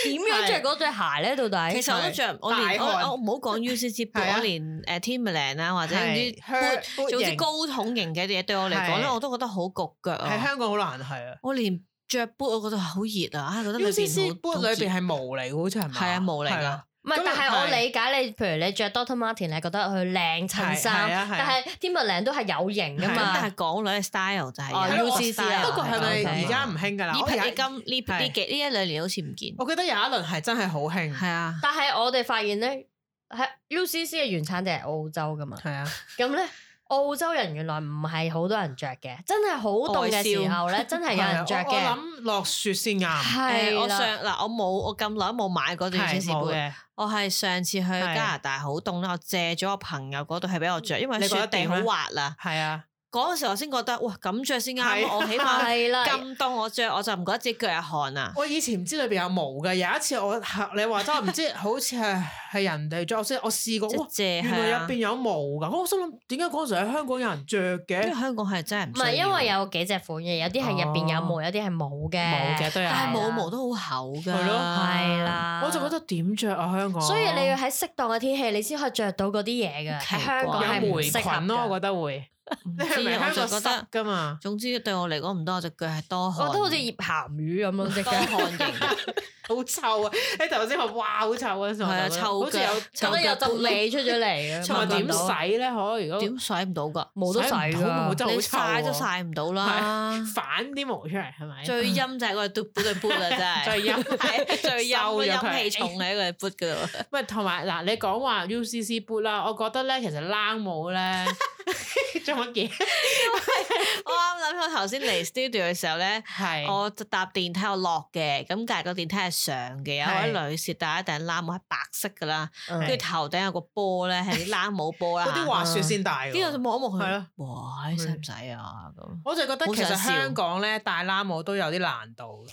D: 點樣着嗰對鞋咧？到底
B: 其實我都着，我連
C: 大
B: 我
C: 汗
B: 我唔好講 UCC
C: 係啊
B: 我連誒 Timberland 啊或者唔知
C: 係靴靴
B: boot，總之
C: 型
B: 高筒型嘅嘢對我嚟講咧，
C: 係
B: 我都覺得好焗腳
C: 喺
B: 啊！
C: 香港好難係啊。
B: 我連着 boot 我覺得好熱啊，啊覺得裏
C: UCC
B: 邊
C: boot
B: 好
C: 裏邊
B: 係
C: 係毛嚟嘅，好似係咪？
B: 係啊毛嚟㗎
C: 係啊。
D: 唔係
C: 咁，
D: 但係
C: 又
D: 我
C: 係
D: 理解你，譬如你着 Doctor Martin，你係覺得佢靚襯
C: 係係
D: 衫
C: 啊，係
D: 但
C: 啊
D: 係 Timberland 都係有型噶
B: 咁，
C: 係啊
D: 嘛
B: 但係。港女嘅 style 就係
D: 哦
B: 有
C: 係咯
D: UCC 啊
C: 不過係咪而家唔興㗎啦？
B: 呢
C: 我
B: 批
C: 而家
B: 呢今呢
C: 係哦
B: 呢幾呢一兩年好似唔見，
C: 我覺得有一輪係真係好興，
B: 係啊。
D: 但係我哋發現咧，喺 UCC 嘅原產地係澳洲噶嘛，
C: 係啊，
D: 咁咧。澳洲人原來唔係好多人着嘅，真係好凍嘅時候咧，真係有人着
C: 係啊我我
D: 嘅。
C: 諗落雪先 啱，
D: 係
B: 誒我上
D: 啦，
B: 嗱，我冇我咁耐都冇買嗰段
C: 係
B: 先士
C: 冇
B: 杯。
C: 嘅。
B: 我係上次去
C: 啊
B: 加拿大好凍啦，我借咗我朋友嗰度係俾我着，因為
C: 嗯你覺
B: 雪
C: 得
B: 地
C: 點
B: 好
C: 咧
B: 滑啦。
C: 係啊，
B: 嗰陣時我先覺得，哇咁着先啱
C: 係
B: 啊，我起碼
D: 係啦，
B: 咁凍我着我就唔覺得自己腳係汗啊。
C: 我以前唔知裏邊有毛嘅，有一次我你話齋唔知，好似係係人哋着，我先我試過，
B: 即
C: 哇
B: 係！借
C: 原來
B: 係
C: 入
B: 啊
C: 邊有毛㗎，我心諗點解嗰陣時喺香港有人着
B: 因為
C: 嘅？
B: 香港係真係
D: 唔
B: 唔
D: 係
B: 需要
D: 因為有幾隻款嘅，有啲係入邊有毛，有啲係冇嘅。
C: 哦冇嘅都有
B: 但係冇
D: 係啦
B: 毛都好厚㗎。
C: 啊係啊咯
D: 係啦，
C: 我就覺得點着啊香港？
D: 所以你要喺適當嘅天氣，你先可以着到嗰啲嘢嘅。
B: 奇怪
D: 喺香港係
C: 有
D: 唔
C: 霉
D: 適合
C: 菌咯，我覺
D: 嘅
C: 得會。
B: 唔
C: 你係
B: 知
C: 咪
B: 啊，我就
C: 香港
B: 覺
C: 濕
B: 得，
C: 㗎嘛？
B: 總之對我嚟講唔得，我隻腳係多汗。
D: 我都好似醃鹹魚咁咯，隻腳
B: 多汗型。
C: 好臭啊！你頭先話哇好臭嗰陣時，我就
B: 係啊
C: 覺得
B: 臭
C: 好似
B: 腳
C: 有
D: 覺
B: 臭
D: 得有陣味出咗嚟嘅，
C: 同埋
D: 聞
C: 啊點
D: 到
C: 洗咧？可如果
B: 點洗唔到㗎？
D: 冇得洗
C: 洗唔到咪好
D: 㗎。
C: 真係
B: 你
C: 好臭啊
B: 曬都
C: 喎
B: 曬唔到啦。
C: 反啲毛出嚟係咪？
B: 最陰就係嗰對 boot 對 boot 啦，真係
C: 哎 最陰
B: 係最
C: 收
B: 陰
C: 咗
B: 陰
C: 佢
B: 氣重嘅一個 boot 噶咯。
C: 喂，同埋嗱，你講話 UCC boot 啦，我覺得咧其實冷帽咧做乜嘢？
B: 我啱諗起我頭先嚟 studio 嘅時候咧，
C: 係
B: 我搭電梯我落嘅，咁但係個電梯係上嘅，有位
C: 係
B: 女士戴一頂冷帽係白色噶啦，
D: 嗯
B: 跟住頭頂有個波咧係啲冷帽波啦。
C: 嗰啲滑雪先大
B: 跟住我就
C: 喎。
B: 望一望
C: 係
B: 佢
C: 咯，
B: 哇！你使唔使啊？咁
C: 我就覺得
B: 好
C: 其
B: 想
C: 實
B: 笑
C: 香港咧戴冷帽都有啲難度，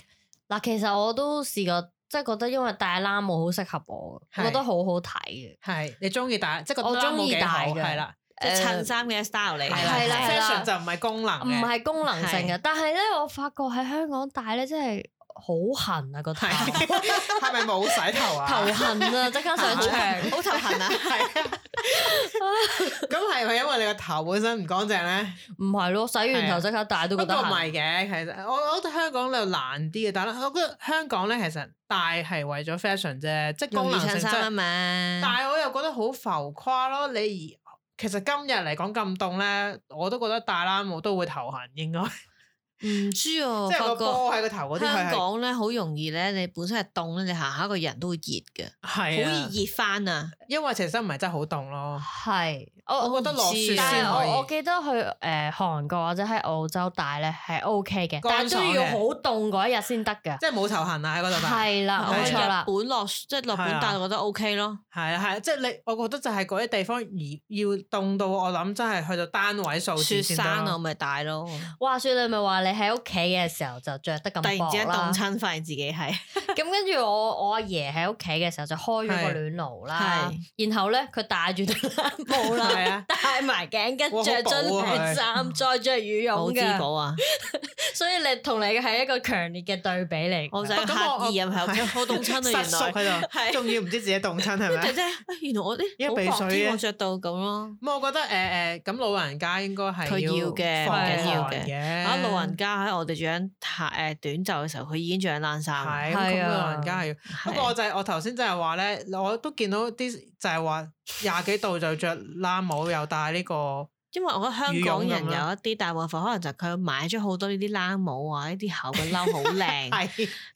D: 嗱，其實我都試過，即係覺得因為戴冷帽好適合我，我
C: 係
D: 覺得好好睇嘅。
C: 係你中意戴，即係個
D: 我
C: 冷帽
D: 鍾意
C: 幾好
D: 戴嘅
C: 係啦，
B: 即係襯
D: 誒
B: 衫嘅 style 嚟嘅。
D: 係啦係啦
C: ，fashion 就唔係功能
D: 唔
C: 嘅，
D: 係功能性嘅，但係咧，我發覺喺香港戴咧，真係好痕啊個頭，
C: 係 係咪冇洗頭啊？
D: 頭痕啊，即刻
B: 好
D: 想
B: 頭
D: 唱。
B: 好頭痕啊！
C: 係啊，咁係咪因為你個頭本身唔乾淨咧？
D: 唔係咯，洗完
C: 係啊
D: 頭即刻戴都
C: 不
D: 覺得
C: 過唔
D: 痕。
C: 係嘅，其實我覺得香港就難啲嘅，但係我覺得香港咧其實戴係為咗 fashion 啫，即係
B: 容
C: 功
B: 易
C: 能
B: 襯
C: 性
B: 衫啊
C: 質。但
B: 嘛。
C: 係我又覺得好浮誇咯，你而其實今日嚟講咁凍咧，我都覺得戴冷帽都會頭痕應該。
B: 唔知啊，
C: 即係
B: 發
C: 個
B: 覺
C: 波喺個頭嗰啲
B: 香
C: 佢係
B: 港咧好容易咧，你本身係凍咧，你行下一個人都會熱嘅，
C: 係
B: 好
C: 啊，
B: 易熱翻啊！
C: 因為其實唔係真係好凍咯。
D: 係我
C: 我
D: 我
C: 覺得落雪
D: 但
C: 先
D: 係
C: 可以
D: 我我記得去誒、呃、韓國或者喺澳洲戴咧係 O K 嘅，
C: 乾
D: 但係都
C: 爽嘅
D: 要好凍嗰一日先得㗎。
C: 即係冇仇恨啊喺嗰度吧，
D: 係啦，
B: 我
D: 冇
B: 喺
D: 錯啦
B: 日，本落即係落
C: 係啊
B: 本帶，我覺得 O K 咯。
C: 係啊係啊，即係你，我覺得就係嗰啲地方而要凍到我諗真係去啊到單位數
B: 雪
C: 字先得
B: 山啊我
C: 咯。
B: 咪帶咯，
D: 話說你咪話你喺屋企嘅時候就着得咁
B: 突然之
D: 薄
B: 間凍，
D: 啦
B: 親，發現自己係
D: 咁跟住我我阿爺喺屋企嘅時候就開咗個暖爐啦，然後咧佢戴住對冷帽啦，
C: 係啊，
D: 戴埋頸
C: 哇
D: 巾，
C: 好
D: 着
C: 薄啊喎
D: 咗暖
C: 佢
D: 衫，再着羽
B: 冇
D: 絨
B: 滋
D: 嘅，
B: 補啊！
D: 所以你同你嘅係一個強烈嘅對比嚟。
B: 我就
C: 不過咁
B: 刻
C: 我
B: 意啊，喺屋企好 凍親
C: 失縮
B: 啊，
C: 喺度，
B: 原來係。
C: 仲要唔知自己凍親
B: 突
C: 係咪
B: 然？真，哎原來我
C: 因
B: 啲
C: 為
B: 好
C: 避
B: 薄
C: 水
B: 啲，
C: 啊
B: 我着到咁咯。
C: 咁我覺得誒誒，咁老人家應該係
B: 佢要嘅
C: 防
D: 唔緊要
C: 寒
B: 嘅
C: 嘅。
B: 啊，老人家喺我哋着緊誒短袖嘅時候，佢已經着緊冷衫啦。
C: 係
D: 係
C: 咁，
D: 啊
C: 老人家係要。不過我就係我頭先就係話咧，我都見到啲就係話廿幾度就着冷帽，又戴呢個
B: 因為我覺得香港人
C: 羽絨咁
B: 有
C: 啦
B: 一啲大部分可能就係佢買咗好多呢啲冷帽啊，呢啲厚嘅褸好靚，
C: 係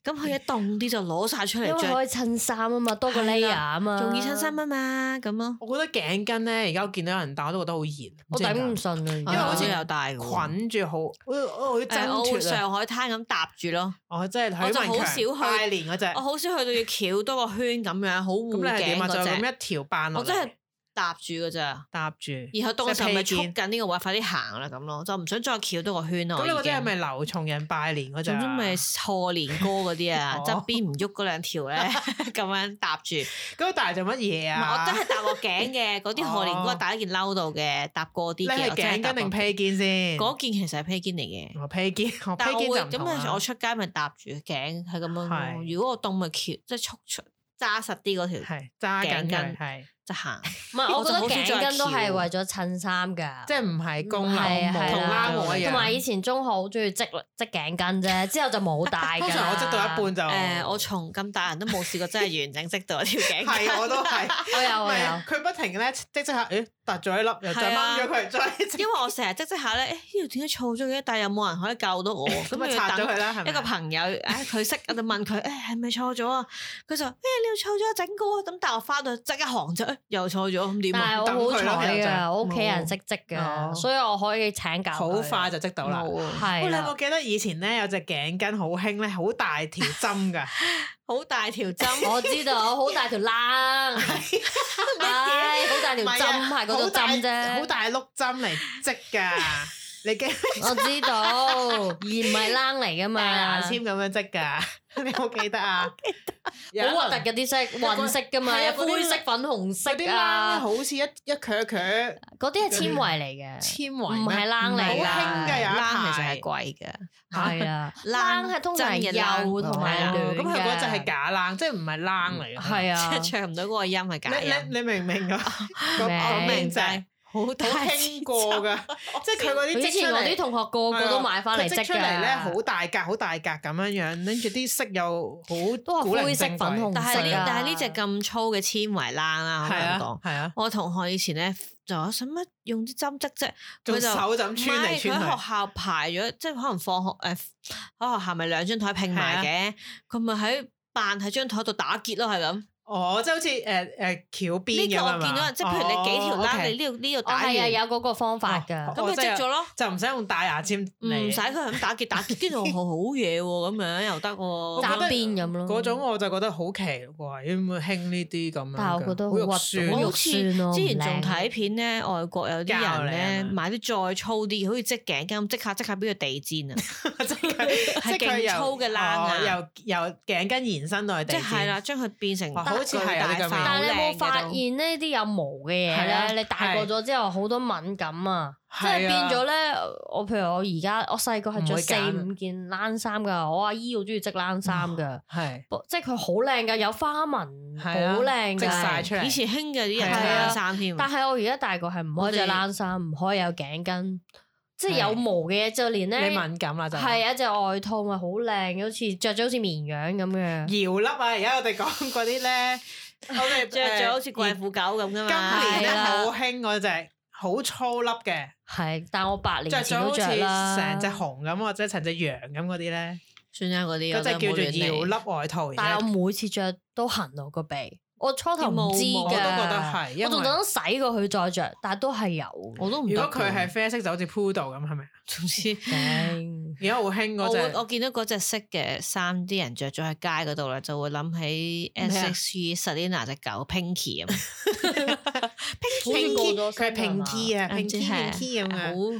B: 咁佢一凍啲就攞晒出嚟
D: 因為
B: 着，
D: 可以襯衫啊嘛，多個
B: 係
D: layer
B: 啦
D: 啊嘛，
B: 容易襯衫啊嘛，咁咯。
C: 我覺得頸巾咧，而家我見到有人戴，我都覺得好熱，
D: 我頂唔順啊，因
B: 因
C: 為
B: 為
C: 好
B: 好
C: 似
B: 似有戴嘅喎，
C: 捆住好，
B: 誒我
C: 我我要掙
B: 會
C: 脱啊！
B: 上海灘咁搭住咯，
C: 我真係
B: 我
C: 許
B: 就
C: 文
B: 好少
C: 強
B: 去
C: 拜年嗰只，
B: 我
C: 咁
B: 好少去到要翹多個圈咁樣，好護
C: 啊你係
B: 頸
C: 點啊？就
B: 嗰隻，
C: 咁一條扮落
B: 我
C: 嚟
B: 真係搭住嘅咋，然
C: 搭住。
B: 後到嘅時候咪
C: 即
B: 捉
C: 係披
B: 緊呢個位，快啲行啦咁咯，就唔想再翹多個圈咯。
C: 咁你
B: 我
C: 嗰
B: 哦已
C: 只係
B: 經
C: 咪劉松仁拜年嗰只？啊
B: 總之咪賀年歌嗰啲啊，
C: 哦
B: 側邊唔喐嗰兩條 咧，咁樣搭住。唔
C: 嗰個戴做乜嘢
B: 係
C: 啊？
B: 我真係搭個頸嘅，嗰啲賀年歌
C: 哦
B: 打件褸度嘅，搭過啲
C: 你
B: 嘅。
C: 係
B: 我真
C: 頸
B: 係搭
C: 巾
B: 過
C: 定披肩先？
B: 嗰件其實係披肩嚟嘅，
C: 我披肩，嗯我披
B: 但係
C: 肩
B: 我會
C: 就唔同
B: 咁啊！
C: 啦
B: 我出街咪搭住頸，係咁樣咯。
C: 係
B: 如果我凍咪翹，即係束出揸實啲嗰條
C: 係揸緊
B: 頸巾
C: 佢，係
B: 就行。
D: 唔係，我覺得
B: 我就好少
D: 頸
B: 再
D: 巾都係
B: 翹
D: 為咗襯衫㗎，
C: 即係唔係公牛
B: 啊
D: 係啊
C: 毛
D: 係
C: 同
D: 啦
C: 拉我一樣。
D: 同埋以前中學好中意織織頸巾啫，之後就冇戴㗎啦。
C: 通常我織到一半就
B: 誒，我從咁大人都冇試過真係完整織到一條 頸巾。
C: 係我啊都係，
D: 我有
C: 唔
D: 我有
C: 係。佢不停咧，即即下，誒突咗一粒，又再
B: 係啊
C: 掹咗佢，再
B: 因為我成日積積下咧，誒呢條點解錯咗嘅？但係又冇人可以救 到我，咁
C: 咁啊
B: 我
C: 拆
B: 要
C: 咗
B: 等
C: 佢啦，係咪？
B: 一個朋友，誒佢識，我就問佢，誒係咪錯咗啊？佢就話誒你又錯咗整過啊，咁但係我翻到即刻行啫，誒又錯咗，咁點
D: 但
B: 啊？
D: 係我好
C: 等佢
D: 彩
C: 咯
D: 㗎，
C: 就
D: 我屋企人識織
C: 哦
D: 㗎，所以我可以請教佢。
C: 好快就織到啦。
B: 冇啊，
D: 係
C: 喂，你有
D: 啦
C: 冇。記得以前咧有隻頸巾好興咧，好大條針㗎，
B: 好大 條針，
D: 我知道，好大條冷，唉，
C: 唔係啊
D: 好大條針，係嗰度針啫，
C: 好大碌針嚟織㗎， 你嘅
D: 我知道， 而唔係啊冷嚟噶嘛，
C: 牙籤
D: 好
C: 咁樣織㗎，你 有冇記得 啊？有一輪
D: 核突嘅啲色，混色噶嘛，
C: 係
D: 有
C: 啊嗰啲
D: 灰色、粉紅
C: 嗰啲
D: 色
C: 冷
D: 啊，
C: 好似一一鋸鋸
D: 嗰啲係纖維嚟嘅，
C: 纖維咩，
D: 唔係冷嚟
C: 好興㗎
D: 㗎，
C: 有一
B: 冷
C: 排
B: 其實係貴嘅，
D: 係啊，冷
B: 冷
D: 係通常係
B: 真嘅
D: 幼
B: 冷
D: 同埋
B: 係啊
D: 暖
C: 哦咁佢嗰隻係
D: 嘅，
C: 假冷，即係唔係冷嚟嘅。
D: 係
B: 即
D: 啊
B: 係，唱唔到嗰個音係假
C: 你
B: 音。
C: 你你明唔明啊？個
D: 明
C: 講
B: 明
C: 明
B: 就
C: 就
B: 係
C: 係
B: 好
C: 好
B: 大
C: 興過㗎， 即係佢嗰啲
D: 佢之
C: 織
D: 前
C: 出
D: 我
C: 嚟啊
D: 啲。同學個個都買翻嚟
C: 佢
D: 織
C: 織出嚟咧，好
D: 㗎，哦
C: 大格，好大格咁樣樣，跟住啲色又好
D: 都係
C: 古靈
D: 灰色
C: 精
D: 粉
C: 怪
D: 紅
B: 但係
D: 色啊
B: 呢但係呢隻咁粗嘅纖維冷啦，我咁
C: 係啊
B: 講。
C: 係啊，
B: 我同學以前咧就話使乜用啲針織啫，
C: 仲
B: 佢就
C: 手就
B: 唔
C: 咁
B: 係
C: 穿嚟
B: 佢喺
C: 穿去，
B: 學校排咗，即係可能放學誒，喺學校咪兩張台拼埋
C: 啊
B: 嘅，佢咪喺扮喺張台度打結咯，係咁。呢
C: 哦，即係好似誒誒翹邊咁
B: 個我
C: 啊
B: 見到
C: 嘛
B: 人，即係譬如你幾條
C: 哦
B: 啦，
C: ，OK
B: 你呢度呢度
D: 哦
B: 打
D: 係啊，
B: 完，
D: 有嗰個方法㗎
C: 哦。
B: 咁
C: 我
B: 佢
C: 真係
B: 織咗咯，
C: 就唔使用大牙籤
B: 唔
C: 嚟
B: 使佢咁打結，打結啲度好好嘢喎，咁樣又得
C: 我
B: 喎
C: 覺。
D: 斬
C: 得
D: 邊咁咯
C: 嗰種我就覺得好奇怪，點會興呢啲咁樣嘅？
D: 但係我覺得
C: 好
D: 好
C: 肉
D: 核
C: 酸
D: 好
B: 我
D: 肉
B: 好
C: 喎。
B: 似
D: 酸咯
B: 之前
D: 唔靚
B: 仲睇片咧，外國有啲人咧
C: 膠嚟啊嘛
B: 買啲再粗啲，好似織頸咁，即刻即刻俾佢地氈 啊！
C: 即係
B: 係
C: 即係佢
B: 勁
C: 由
B: 粗嘅冷啊
C: 哦由由頸巾延伸到去地
B: 即
C: 氈，
B: 係啦，將佢變成
C: 哦好似係有啲咁
B: 大
C: 樣
D: 但
B: 塊
D: 係你有冇
B: 好靚嘅
D: 發
B: 都
D: 現呢啲有毛嘅嘢
C: 係啊
D: 咧？你大個咗之後好多敏感啊，即
C: 係啊
D: 係變咗咧。我譬如我而家我細個係
C: 唔
D: 着
C: 會
D: 四
C: 揀
D: 五件冷衫㗎，我阿姨好中意織冷衫㗎，
C: 係
D: 不即係佢好靚㗎，有花紋，好
C: 係啊
D: 靚
C: 織晒
D: 㗎。
C: 出嚟。
B: 以前興嘅啲人係
C: 係啊
B: 冷衫添，
D: 但係我而家大個係唔可以
B: 我
D: 着
B: 哋
D: 冷衫，唔可以有頸巾，即係
C: 係
D: 有毛嘅嘢，就連咧
C: 你敏感啦就
B: 啊
D: 係一隻外套咪好靚，好似着咗好似綿羊咁樣。
C: 搖粒啊！而家我哋講嗰啲咧，我哋
B: 着咗好似貴婦
C: 誒
B: 狗咁噶
C: 今
B: 嘛。
C: 年咧
D: 係啦
C: 好興嗰只，好好粗粒嘅，
D: 係，但我八
C: 着
D: 年
C: 咗
D: 前
C: 好
D: 都
C: 似
D: 着啦，
C: 成隻熊咁，或者成隻羊咁嗰啲咧，
B: 算啦嗰啲，
C: 嗰
B: 哎我
C: 隻
B: 真係
C: 叫
B: 冇
C: 做
B: 亂
C: 搖
B: 嚟
C: 粒外套而
D: 但係
C: 家。
D: 我每次着都痕到個鼻，我初頭唔知
B: 我
D: 㗎，
B: 都
C: 我都覺得係，因
D: 我仲
C: 為
D: 等洗過佢再着，但係都係有嘅。
B: 我都唔
C: 如
B: 得
C: 果佢
B: 㗎
C: 係啡色就好似 Poodle 咁，係 咪？啊
B: 總之。
D: 頂
C: 而家好興
B: 我
C: 嗰
B: 會我
C: 隻，
B: 見到嗰隻色嘅衫，啲人着咗喺街嗰度咧，就會諗起
C: 咩啊
B: S.H.E Selina 只狗 Pinky 咁，
D: 好似過咗
C: 佢係
D: 身㗎嘛
C: pinky 啊
B: 唔知
C: ，pinky
B: 係
C: pinky 咁樣。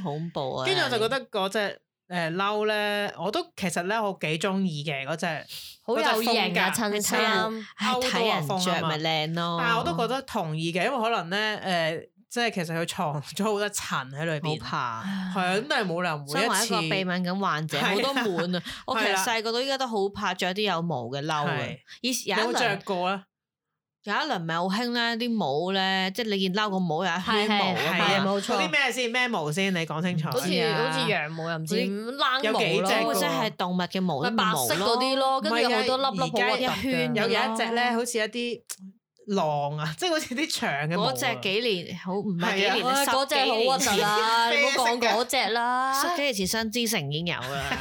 B: 好恐怖啊！
C: 跟住我就覺得嗰隻誒褸咧，我都其實咧我幾中意嘅嗰隻，
D: 好有型啊！襯衫
B: 唉
C: 歐
B: 睇
C: 都話
B: 人
C: 風啊
B: 着
C: 嘛
B: 咪靚咯，
C: 但係我都覺得同意嘅，因為可能咧誒、即係其實佢藏咗好多塵喺裏
B: 好
C: 邊，係
B: 怕。
C: 啊，咁但係冇理由
B: 身為一個
C: 每
B: 鼻
C: 一次。
B: 敏感患者，
C: 係啊
B: 好多悶啊！我其實
C: 係啦
B: 細個到依家都好怕着啲有毛嘅褸嘅
C: 係。
B: 以前有
C: 有
B: 一
C: 冇着
B: 輪
C: 過啊？
B: 有一輪咪好興咧，啲帽咧，即係你件褸個帽有一
D: 係
B: 圈毛
D: 係
B: 啊
D: 係
B: 嘛
D: 啊。冇
C: 嗰啲
D: 錯，
C: 咩先？咩毛先？你講清楚。
D: 好
B: 係
D: 似
B: 啊
D: 好似羊毛又唔知
C: 嗰
D: 冷
C: 有
D: 毛
C: 幾隻
B: 即
C: 㗎
B: 係
D: 咯，
B: 即係動物嘅毛
D: 咪
B: 啦，
D: 白色嗰啲咯，跟住有好多粒粒好核突
B: 一圈咁
D: 嘅
C: 有有啊一隻咧，
D: 係
C: 好似一啲狼啊， 即係好似啲長嘅毛啊
B: 嗰只幾年好唔係幾
C: 係啊
B: 年
D: 啊
B: 十
D: 嗰隻
B: 幾
D: 好
B: 年
D: 核突
B: 前
D: 啦，你唔好
C: 啡
D: 講
C: 色
D: 嗰 隻啦。
B: 十幾年前新之城已經有啦。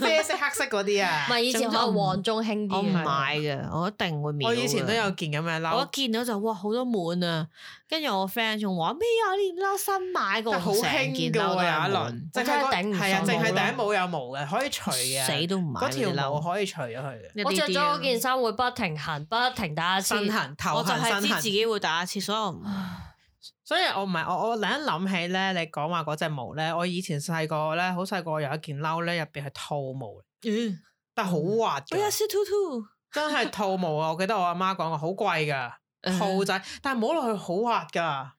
C: 啡色黑色嗰啲啊
D: 唔。係以前可能黃仲興
B: 我唔
D: 啲啊，
B: 買嘅，我一定會秒
C: 我
B: 嘅。
C: 以前都有件咁嘅
B: 我一
C: 褸，
B: 見到就哇好多滿啊！跟住我 friend 仲話咩啊？你件褸新買
C: 但
B: 過，
C: 係好
B: 成
C: 興
B: 件褸
C: 嘅喎
B: 都
C: 有
B: 係滿
C: 一輪，，淨係
D: 我真係頂唔
C: 個
D: 順
C: 係啊，淨係
D: 冇啦
C: 頂帽有毛嘅，可以除嘅，
B: 死都唔買
C: 啊嗰條
B: 呢啲
C: 毛
B: 褸。
C: 可以除咗佢嘅。
B: 一
D: 我
B: 啲
D: 着咗
B: 啲啊
D: 嗰件衫會不停行，不停打一次。
C: 身痕頭
B: 我就
C: 痕
B: 係
C: 啊
B: 知
C: 身
B: 自
C: 痕，啊
B: 己會打一次，所以我唔
C: 所以我唔係我我突然諗起咧，你講話嗰隻毛咧，我以前細個咧，好細個有一件褸咧，入邊係兔毛，
B: 嗯，
C: 但好滑
B: 我有
C: 嘅，
B: 哎小兔兔
C: 真係兔毛啊！我記得我阿媽講過，好貴㗎。
D: 嗯
B: 嗯
C: 兔仔，但係摸落去好滑噶。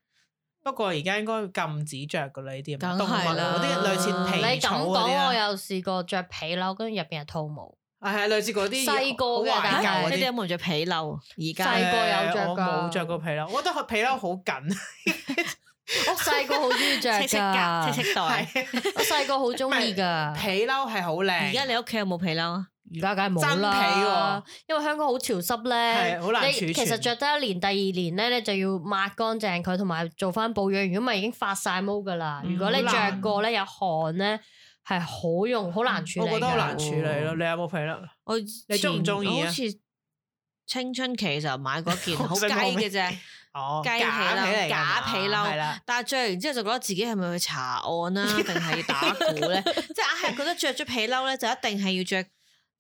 C: 不過而家應該禁止着噶啦，呢啲
B: 梗
C: 動物啊
B: 係啦
C: 嗰啲類似
D: 你
C: 皮
D: 咁
C: 草
D: 講，
C: 嗰啲
D: 我
C: 啊，
D: 有試過着皮褸，跟住入邊係兔毛。
C: 係係類似嗰啲
D: 細個嘅
C: 好懷
D: 但係
C: 舊嗰
B: 你哋有
C: 啲。
B: 冇着皮褸？而
D: 細
B: 家
D: 個有着
C: 誒我
D: 㗎
C: 冇着過皮褸，我覺得皮褸好 緊，
D: 我細個好中意 着
B: 戚戚格、
D: 㗎
B: 戚，戚袋。
C: 係
D: 我細個好中意㗎。
C: 皮褸係好靚。
B: 而家你屋企有冇皮褸啊？
D: 而家梗係冇啦，因為香港好潮濕咧，
C: 係好難
D: 你
C: 儲存
D: 其實着得一年，第二年咧，你就要抹乾淨佢，同埋做翻保養。如果唔係已經發晒毛噶啦。
B: 嗯
D: 如果你
C: 好
D: 着
C: 難
D: 過咧有汗咧，係好用好難處理
C: 我
D: 㗎。
C: 覺得好難處理咯。你有冇皮褸？
B: 我
C: 你鍾唔
B: 前
C: 鍾意啊
B: 我好似青春期嘅時候買過一 件好
C: 好
B: 雞
C: 想講
B: 嘅
C: 咩
B: 啫，
C: 哦，
B: 雞皮褸
C: 假皮嚟㗎嘛
B: 假皮褸
C: 係啦。
B: 但係着完之後就覺得自己係咪去查案啦、定係要打鼓咧？即係硬係覺得着咗皮褸咧，就一定係要着。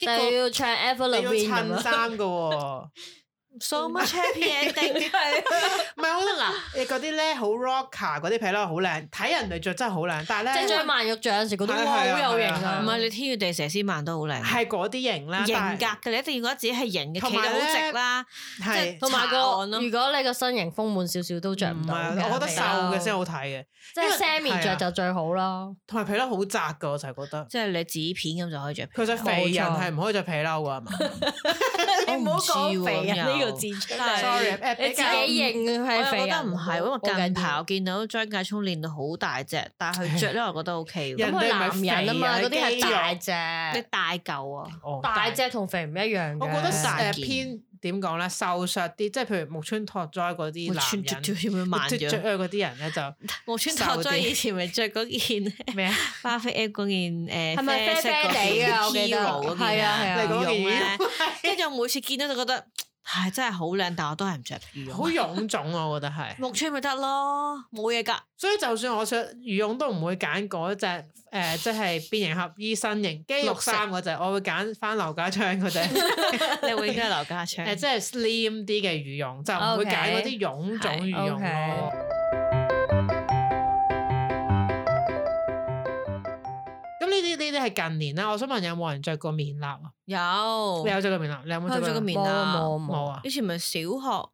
D: 但係要唱 Ever
C: 你
D: l
C: 要
D: o v i n 咁啊
C: 襯
D: 樣。
C: 衫㗎喎，
B: So much happy ending，
C: 唔係好嗱，你嗰啲咧好 rocker 嗰啲皮褸好靚，睇人哋着真係好靚，但係
D: 即
C: 咧
D: 係張曼玉着有時覺得
C: 係啊
D: 哇好
C: 係啊
D: 有型
C: 係
D: 啊！
C: 啊
B: 唔係你天與地蛇絲萬都好靚，
C: 係嗰啲型啦，
B: 型
C: 但係
B: 格嘅，你一定要覺得自己係型嘅，
C: 同
B: 企
C: 埋
B: 得好
C: 呢
B: 直啦。
C: 係
D: 同埋
B: 查
D: 個
B: 案咯
D: 如果你個身形豐滿少少都着唔
C: 唔
D: 到
C: 係啊
D: 嘅。
C: 我覺得
D: 皮褸
C: 瘦嘅先好睇嘅，
D: 即係 Sammy
C: 啊
D: 着就最好 啦。
C: 同埋皮褸好窄噶，我就係覺 得。
B: 即係你紙片咁就可以着皮褸。
C: 其實肥人
D: 冇錯
C: 係唔可以着皮褸噶，係 嘛
B: 你唔好講肥
C: 啊
B: 人呢個字
D: 出
B: 嚟
C: ？Sorry，誒
D: 你
C: 比
D: 自
C: 較
D: 己認
B: 我
D: 係
B: 又
D: 肥
B: 覺
D: 人
B: 得唔係，因
D: 好緊
B: 為
D: 要
B: 近排我見到張繼聰練到好大隻，但係佢着咧，我覺得 O K
D: 咁
B: 喎。
C: 人
D: 佢
C: 哋咪
D: 男人啊嘛，
C: 肥
D: 嗰
C: 啊
D: 啲
C: 肌肉
D: 係
B: 你
D: 大隻，
B: 大嚿啊！
C: 哦
D: 大隻同肥唔一樣嘅。
C: 我覺得
B: 大
C: 誒
B: 件
C: 偏點講咧，瘦削啲，即係譬如木村拓哉嗰啲
B: 我穿着
C: 男
B: 咗
C: 人，
B: 咁樣慢
C: 木村拓
B: 咗，
C: 哉嗰啲人咧就
B: 我穿拓
C: 瘦
B: 咗
C: 啲
B: 以前咪着嗰件呢
C: 咩啊？
B: 巴菲 F 嗰件誒，
D: 係咪
B: 啡色
D: 啡
B: 嗰
D: 啡地
B: 件
D: 啊我記得
B: Hero 嗰
D: 係
B: 件
D: 啊係啊
B: 啊，
C: 你講件
B: 羽絨咧
C: 羽
B: 跟
C: 絨
B: 住我每次見到就覺得，唉，真係好靚，但我都係唔着羽
C: 好
B: 絨。
C: 臃腫啊，我覺得係。
B: 木村咪得咯，冇嘢噶。
C: 所以就算我着羽絨都唔會揀嗰只誒， 即係變形合衣身形肌肉
B: 綠色
C: 衫嗰只，我會揀翻劉家昌 嗰只。
B: 你永遠都係劉家昌。
C: 誒，即係 slim 啲嘅羽絨，就唔會揀嗰啲臃腫羽絨
D: OK
C: 咯。咁呢啲呢啲係近年啦，我想問有冇人着過棉衲啊？
B: 有
C: 你有着過棉衲？你有冇
B: 我有
C: 着
B: 着
C: 過
B: 過
C: 棉
B: 棉
D: 冇啊
C: 衲？
D: 冇啊冇
C: 冇
D: 啊。
C: 啊！
B: 以前咪小學，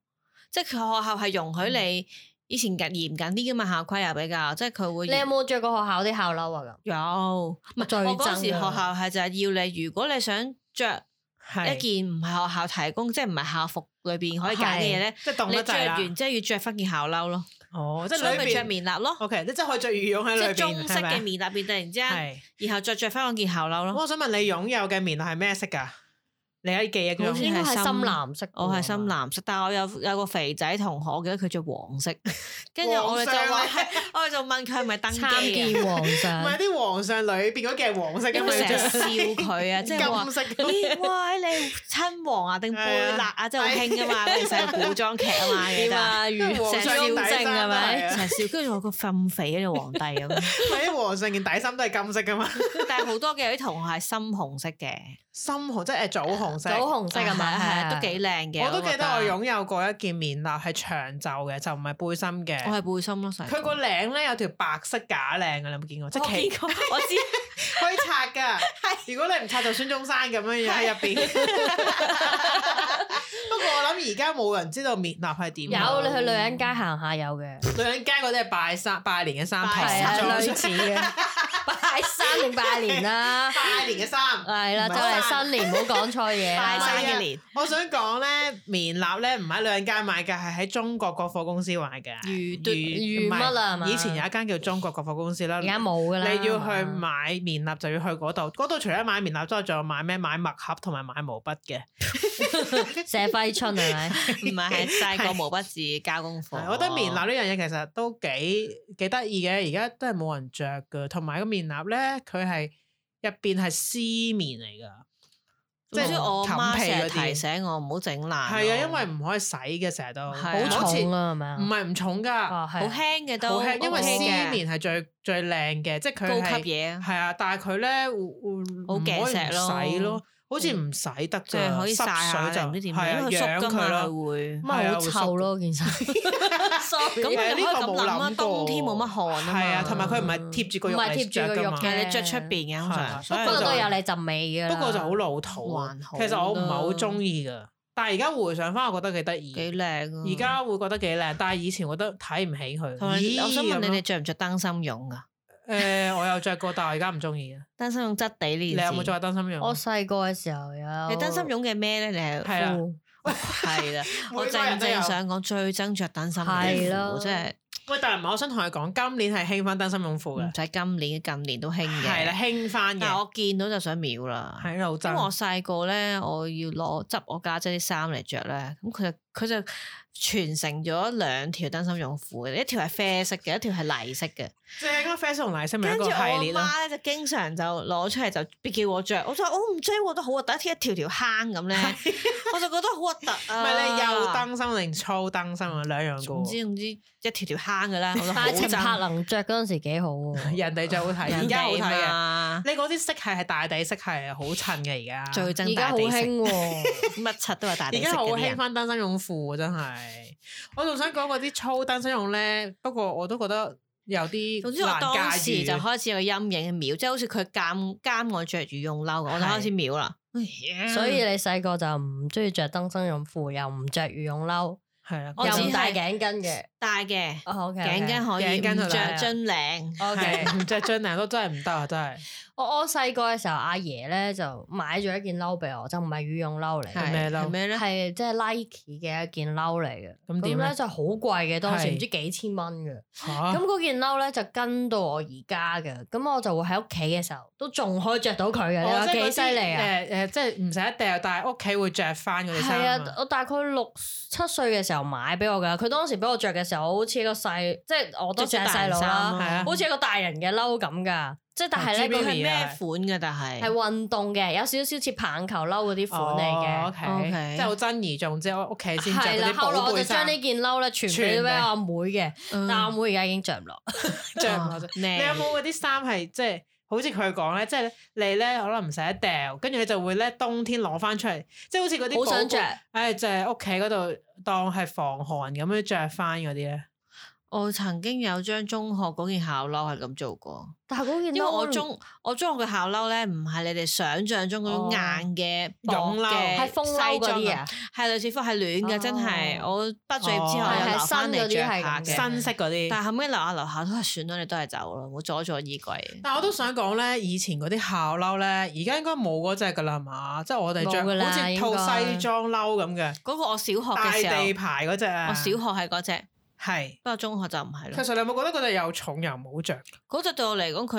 B: 即係佢學校係容許你以前緊嚴緊啲嘅嘛，校規又比較，即係佢會
D: 你有冇着過學校啲校褸啊？咁
B: 有唔
D: 最
B: 係我嗰時學
D: 憎啊
B: 校係就係要你，如果你想着一
C: 係
B: 件唔係學校提供，即係唔係校服裏邊可以揀嘅嘢咧，
C: 即係凍
B: 你
C: 得
B: 着
C: 滯啦。
B: 完之後要着翻件校褸咯，
C: 哦，即
B: 即
C: 係
B: 係
C: 裏
B: 咪着
C: 邊。
B: 棉衲咯，
C: O K，你即係可以着羽絨哦喺
B: 即
C: 裏
B: 係
C: 邊，
B: 中式
C: 係咪
B: 嘅棉衲變突然之間，
C: 係。
B: 然後再着翻嗰件校褸
C: 咁
B: 咯。
C: 我想問你擁有嘅棉衲係咩色㗎？你喺記憶
B: 好似係
C: 中
D: 應該係深
B: 深
D: 藍色㗎嘛，
B: 我係深藍色，但係我有有個肥仔同學，我記得佢着黃色， 跟住我哋就
C: 黃
B: 話
C: 上啊，
B: 我哋就問佢係咪登基啊
D: 參見皇上
C: 唔係啲皇上裏邊嗰件係黃色嘅
B: 因
C: 嘛，
B: 為成日笑
C: 你着
B: 佢 啊，即係話
C: 金。色 嘅。
B: 咦，哇！你親王啊，定貝勒啊，真係好興噶嘛，我哋成日古裝劇啊嘛，記
D: 點
B: 得
D: 啊？如
C: 皇
D: 成
C: 上
D: 妖精
C: 底衫
D: 係咪？
C: 係啊
B: 成日笑，跟住我個咁肥嘅皇帝咁，
C: 唔係啲皇上件底衫都係金色噶嘛，
B: 但係好多嘅有啲同學係深紅色嘅，
C: 深紅即係誒棗紅色。
D: 棗紅色係咪？係
B: 係
D: 啊
B: 都幾靚嘅。
C: 我都記
B: 覺
C: 得我擁有過一件棉衲係長袖嘅，就唔係背心
B: 我
C: 嘅。
B: 係背心咯，細個
C: 佢個領咧有條白色假領嘅，你有冇見過？即係
B: 我
C: 旗
B: 見過我知。
C: 可以拆 噶。如果你唔拆就孫中山咁樣樣喺入邊。 不過我諗而家冇人知道棉衲係點啊㗎。
D: 有你去女人街行下有嘅，
C: 女人街嗰啲係拜山拜年嘅衫，
B: 拜
D: 係啊
B: 衫
C: 唐
D: 類似嘅，拜三定拜年 啦，
C: 拜年嘅衫。
D: 係啦，
C: 唔
D: 就
C: 係
D: 係新年唔好講錯 嘢
B: 拜
D: 啦
B: 山。
C: 唔係啊
B: 嘅年
C: 我想講咧，棉衲咧唔喺女人街買嘅，係喺中國國貨公司買嘅。
B: 魚嘟
C: 魚
D: 魚
C: 唔係
D: 乜啊係嘛
C: 以前有一間叫中國國貨公司啦。
D: 而家冇噶啦，
C: 你要去
D: 係嘛
C: 買棉衲就要去嗰度，嗰度除咗買棉衲之外，仲有買咩？買墨盒同埋買毛筆嘅。
D: 寫揮春係咪？
B: 唔係啊 係細個毛筆字交功課。
C: 係我覺得
B: 哦
C: 棉衲呢樣嘢其實都幾幾得意嘅，而家都係冇人着嘅。同埋個棉衲咧，佢係入邊係絲棉嚟㗎，
B: 即係我
C: 冚
B: 媽
C: 被
B: 成
C: 嗰
B: 日提
C: 啲。
B: 醒我唔好整爛。係
C: 係啊，因為唔可以洗嘅，成日都
B: 係啊
C: 好
D: 好
C: 似
D: 重啊，係咪啊
C: 唔？係唔重㗎，
D: 哦，
B: 好
D: 係啊
B: 輕嘅都
C: 好輕，因為
B: OK 嘅
C: 絲棉係最最靚嘅，即係佢
B: 高
C: 係
B: 級嘢啊，
C: 係啊，但係佢咧會會
B: 好
C: 唔可以
B: 鏡石咯嗯
C: 唔洗咯，好似唔洗得
B: 即
C: 㗎，
B: 係可以曬
C: 濕
B: 下
C: 水
B: 定
C: 就
B: 唔知點
C: 係啊
B: 樣，因為
C: 養
B: 縮㗎嘛
C: 佢咯。啊
B: 佢會。
D: 咁啊咪好臭咯件衫，
B: 啊 咁
D: 咁
B: 你可以
C: 呢個
B: 咁
C: 冇
B: 諗啊，
C: 諗過
B: 冬天冇乜汗啊嘛。
C: 係啊，同埋佢唔係貼住個肉
D: 唔係
C: 嚟
D: 貼住個
C: 著㗎
D: 肉
C: 嘛
D: 嘅
B: 係你着出邊嘅通
C: 係啊
B: 常，所以
D: 不
B: 就
D: 過都有你陣味嘅。
C: 不過就好老土啊
B: 還。好
C: 其實我唔係好
B: 啦
C: 中意㗎，但係而家回想翻，我覺得幾得意。
B: 幾靚啊。
C: 而家會覺得幾靚，但係以前覺得睇唔起佢。
B: 同埋
C: 咦
B: 我想問你
C: 咁
B: 哋
C: 樣
B: 着唔着燈芯絨啊？
C: 誒，我有着過，但係我而家唔中意啊。
B: 燈芯絨質地呢
C: 你
B: 件
C: 有
B: 事。
C: 冇着過燈芯絨？
D: 我細個嘅時候有。
B: 你燈芯 絨嘅咩咧？你係
C: 係啊
D: 褲
B: 係 啦，我
C: 每個
B: 正
C: 人都有
B: 正想講最憎着燈芯
D: 係
B: 絨
D: 咯
B: 褲，即係
C: 喂，但係唔係，我想同你講，今年係興翻燈芯絨褲
B: 唔
C: 嘅，
B: 使今年，近年都興嘅。
C: 係啦，興翻
B: 但係
C: 嘅，
B: 我見到就想秒啦。
C: 喺度
B: 因
C: 真
B: 為。我細個咧，我要攞執我家姐啲衫嚟着咧，咁佢就佢就傳承咗兩條燈芯絨褲嘅，一條係啡色嘅，一條係泥色嘅。
C: 即係嗰個啡色同泥色咪一
B: 跟住
C: 個
B: 我
C: 系
B: 阿
C: 列咯。
B: 媽咧就經常就攞出嚟就別叫我着，我就話哦我唔追我都好核突，一條一條坑咁咧，我就覺得好核突
C: 唔
B: 啊！
C: 係你幼燈芯定粗燈芯啊？兩樣
B: 唔知
C: 嘅
B: 唔知一條條坑 嘅啦，我就好
D: 但係陳柏
B: 憎
D: 能着嗰陣時幾好
C: 喎，
D: 喎，
C: 人哋就好睇，而
B: 人
C: 家好睇
B: 哋
C: 嘅。
B: 嘛，
C: 你嗰啲色系係大地色系，好襯嘅而家。
B: 啊最憎
D: 而家
B: 大
D: 好
B: 地色
D: 興，喎。
B: 乜柒都係
D: 啊
B: 大地
C: 而
B: 色
C: 家好
B: 嘅啲啊
C: 興
B: 人。
C: 翻單身用褲喎，真係。我仲想講嗰啲粗單身用咧，不過我都覺得有啲
B: 總之我
C: 難
B: 當
C: 駕
B: 時就
C: 馭。
B: 開始有個陰影秒，即係好似佢監監我着羽絨褸，我就開始秒啦。嗯
D: 所以你細個就唔中意着燈芯絨褲，又唔着羽絨褸，
C: 係啊啦，
B: 我只
D: 又
B: 係
D: 唔戴頸巾嘅。
B: 大嘅
D: 哦，OK，
B: 頸巾可以，
C: 頸巾
B: 唔
C: 就
B: 着
C: 得啊
B: 樽領。
D: O K，
C: 係唔着樽領都真係唔得啊！真係
D: 我我細個嘅時候，阿爺咧就買咗一件褸俾我，就唔係羽絨褸嚟
C: 係
D: 嘅，
C: 咩褸
B: 係咩咧？
D: 係即係 Nike 嘅一件褸嚟嘅。
C: 咁點
D: 咁
C: 咧
D: 咧？就好貴嘅，當時
C: 係啊
D: 唔知幾千蚊嘅。咁
C: 嚇
D: 嗰件褸咧就跟到我而家嘅，咁我就會喺屋企嘅時候都仲可以着到佢嘅。你
C: 哦
D: 話
C: 即係嗰
D: 幾
C: 啲
D: 犀利啊！
C: 誒誒，即係唔使一掉，但係屋企會着翻嗰啲
D: 係
C: 衫
D: 啊，
C: 啊。
D: 我大概六七歲嘅時候買俾我㗎，佢當時俾我着嘅時候，好似一個細，即係我都
B: 着
D: 算
B: 大
D: 係細
B: 人
D: 路
B: 衫
D: 啦，
B: 咯
C: 係啊
D: 好似一個大人嘅褸咁㗎，即係但係
C: 係
D: 咧
B: 佢
D: 佢
B: 係
D: 係
B: 咩
C: 啊
B: 款嘅？但係
D: 係運動嘅，有少少似棒球褸嗰啲款嚟
C: 哦
D: 嘅。
C: ，OK，
B: OK
C: 即係好珍而重之，我屋企先着
D: 係
C: 嗰
D: 啦，
C: 啲
D: 後來
C: 寶
D: 我
C: 貝
D: 就將
C: 衫，
D: 呢件褸咧傳俾
C: 傳俾
D: 俾我阿妹嘅，
B: 嗯
D: 但阿妹而家已經着唔落。
C: 着唔落
B: 啊
C: 啫。你有冇嗰啲衫係即係好似佢講咧，即係你咧可能唔使一掉，跟住你就會咧冬天攞翻出嚟，即係好似嗰啲
D: 好
C: 寶
D: 想
C: 貝
D: 着
C: 唉，就係屋企嗰度當係防寒咁樣着翻嗰啲咧，
B: 我曾經有將中學嗰件校褸係咁做過，
D: 但係嗰件褸
B: 因為我中我中學嘅校褸咧，唔係你哋想象中嗰種
D: 哦
B: 硬嘅薄
C: 絨褸
B: 嘅
D: 係風褸
B: 西
D: 嗰
B: 裝
D: 啲
B: 啊
D: 啊，
B: 係類似乎係暖嘅，真係
D: 哦
B: 我畢咗業之後
C: 哦
B: 又
C: 係
B: 留翻嚟着
D: 新嗰啲
B: 下
D: 係咁
B: 嘅。
D: 嘅
C: 新式嗰啲。
B: 但後尾留下留下都係算啦，你都係走啦，冇阻住我衣櫃。
C: 但我都想講咧，以前嗰啲校褸咧，而家應該冇嗰只噶啦，係嘛？即係我哋着
D: 冇㗎啦
C: 好似
D: 應
C: 套
D: 該
C: 西裝褸咁嘅，
B: 嗰個我小學
C: 大
B: 嘅時
C: 地
B: 候，
C: 牌嗰只啊。
B: 我小學係嗰只，
C: 係，
B: 不過中學就唔係
C: 其
B: 咯。
C: 實你有冇覺得嗰只又重又唔好着？
B: 嗰只對我嚟講，佢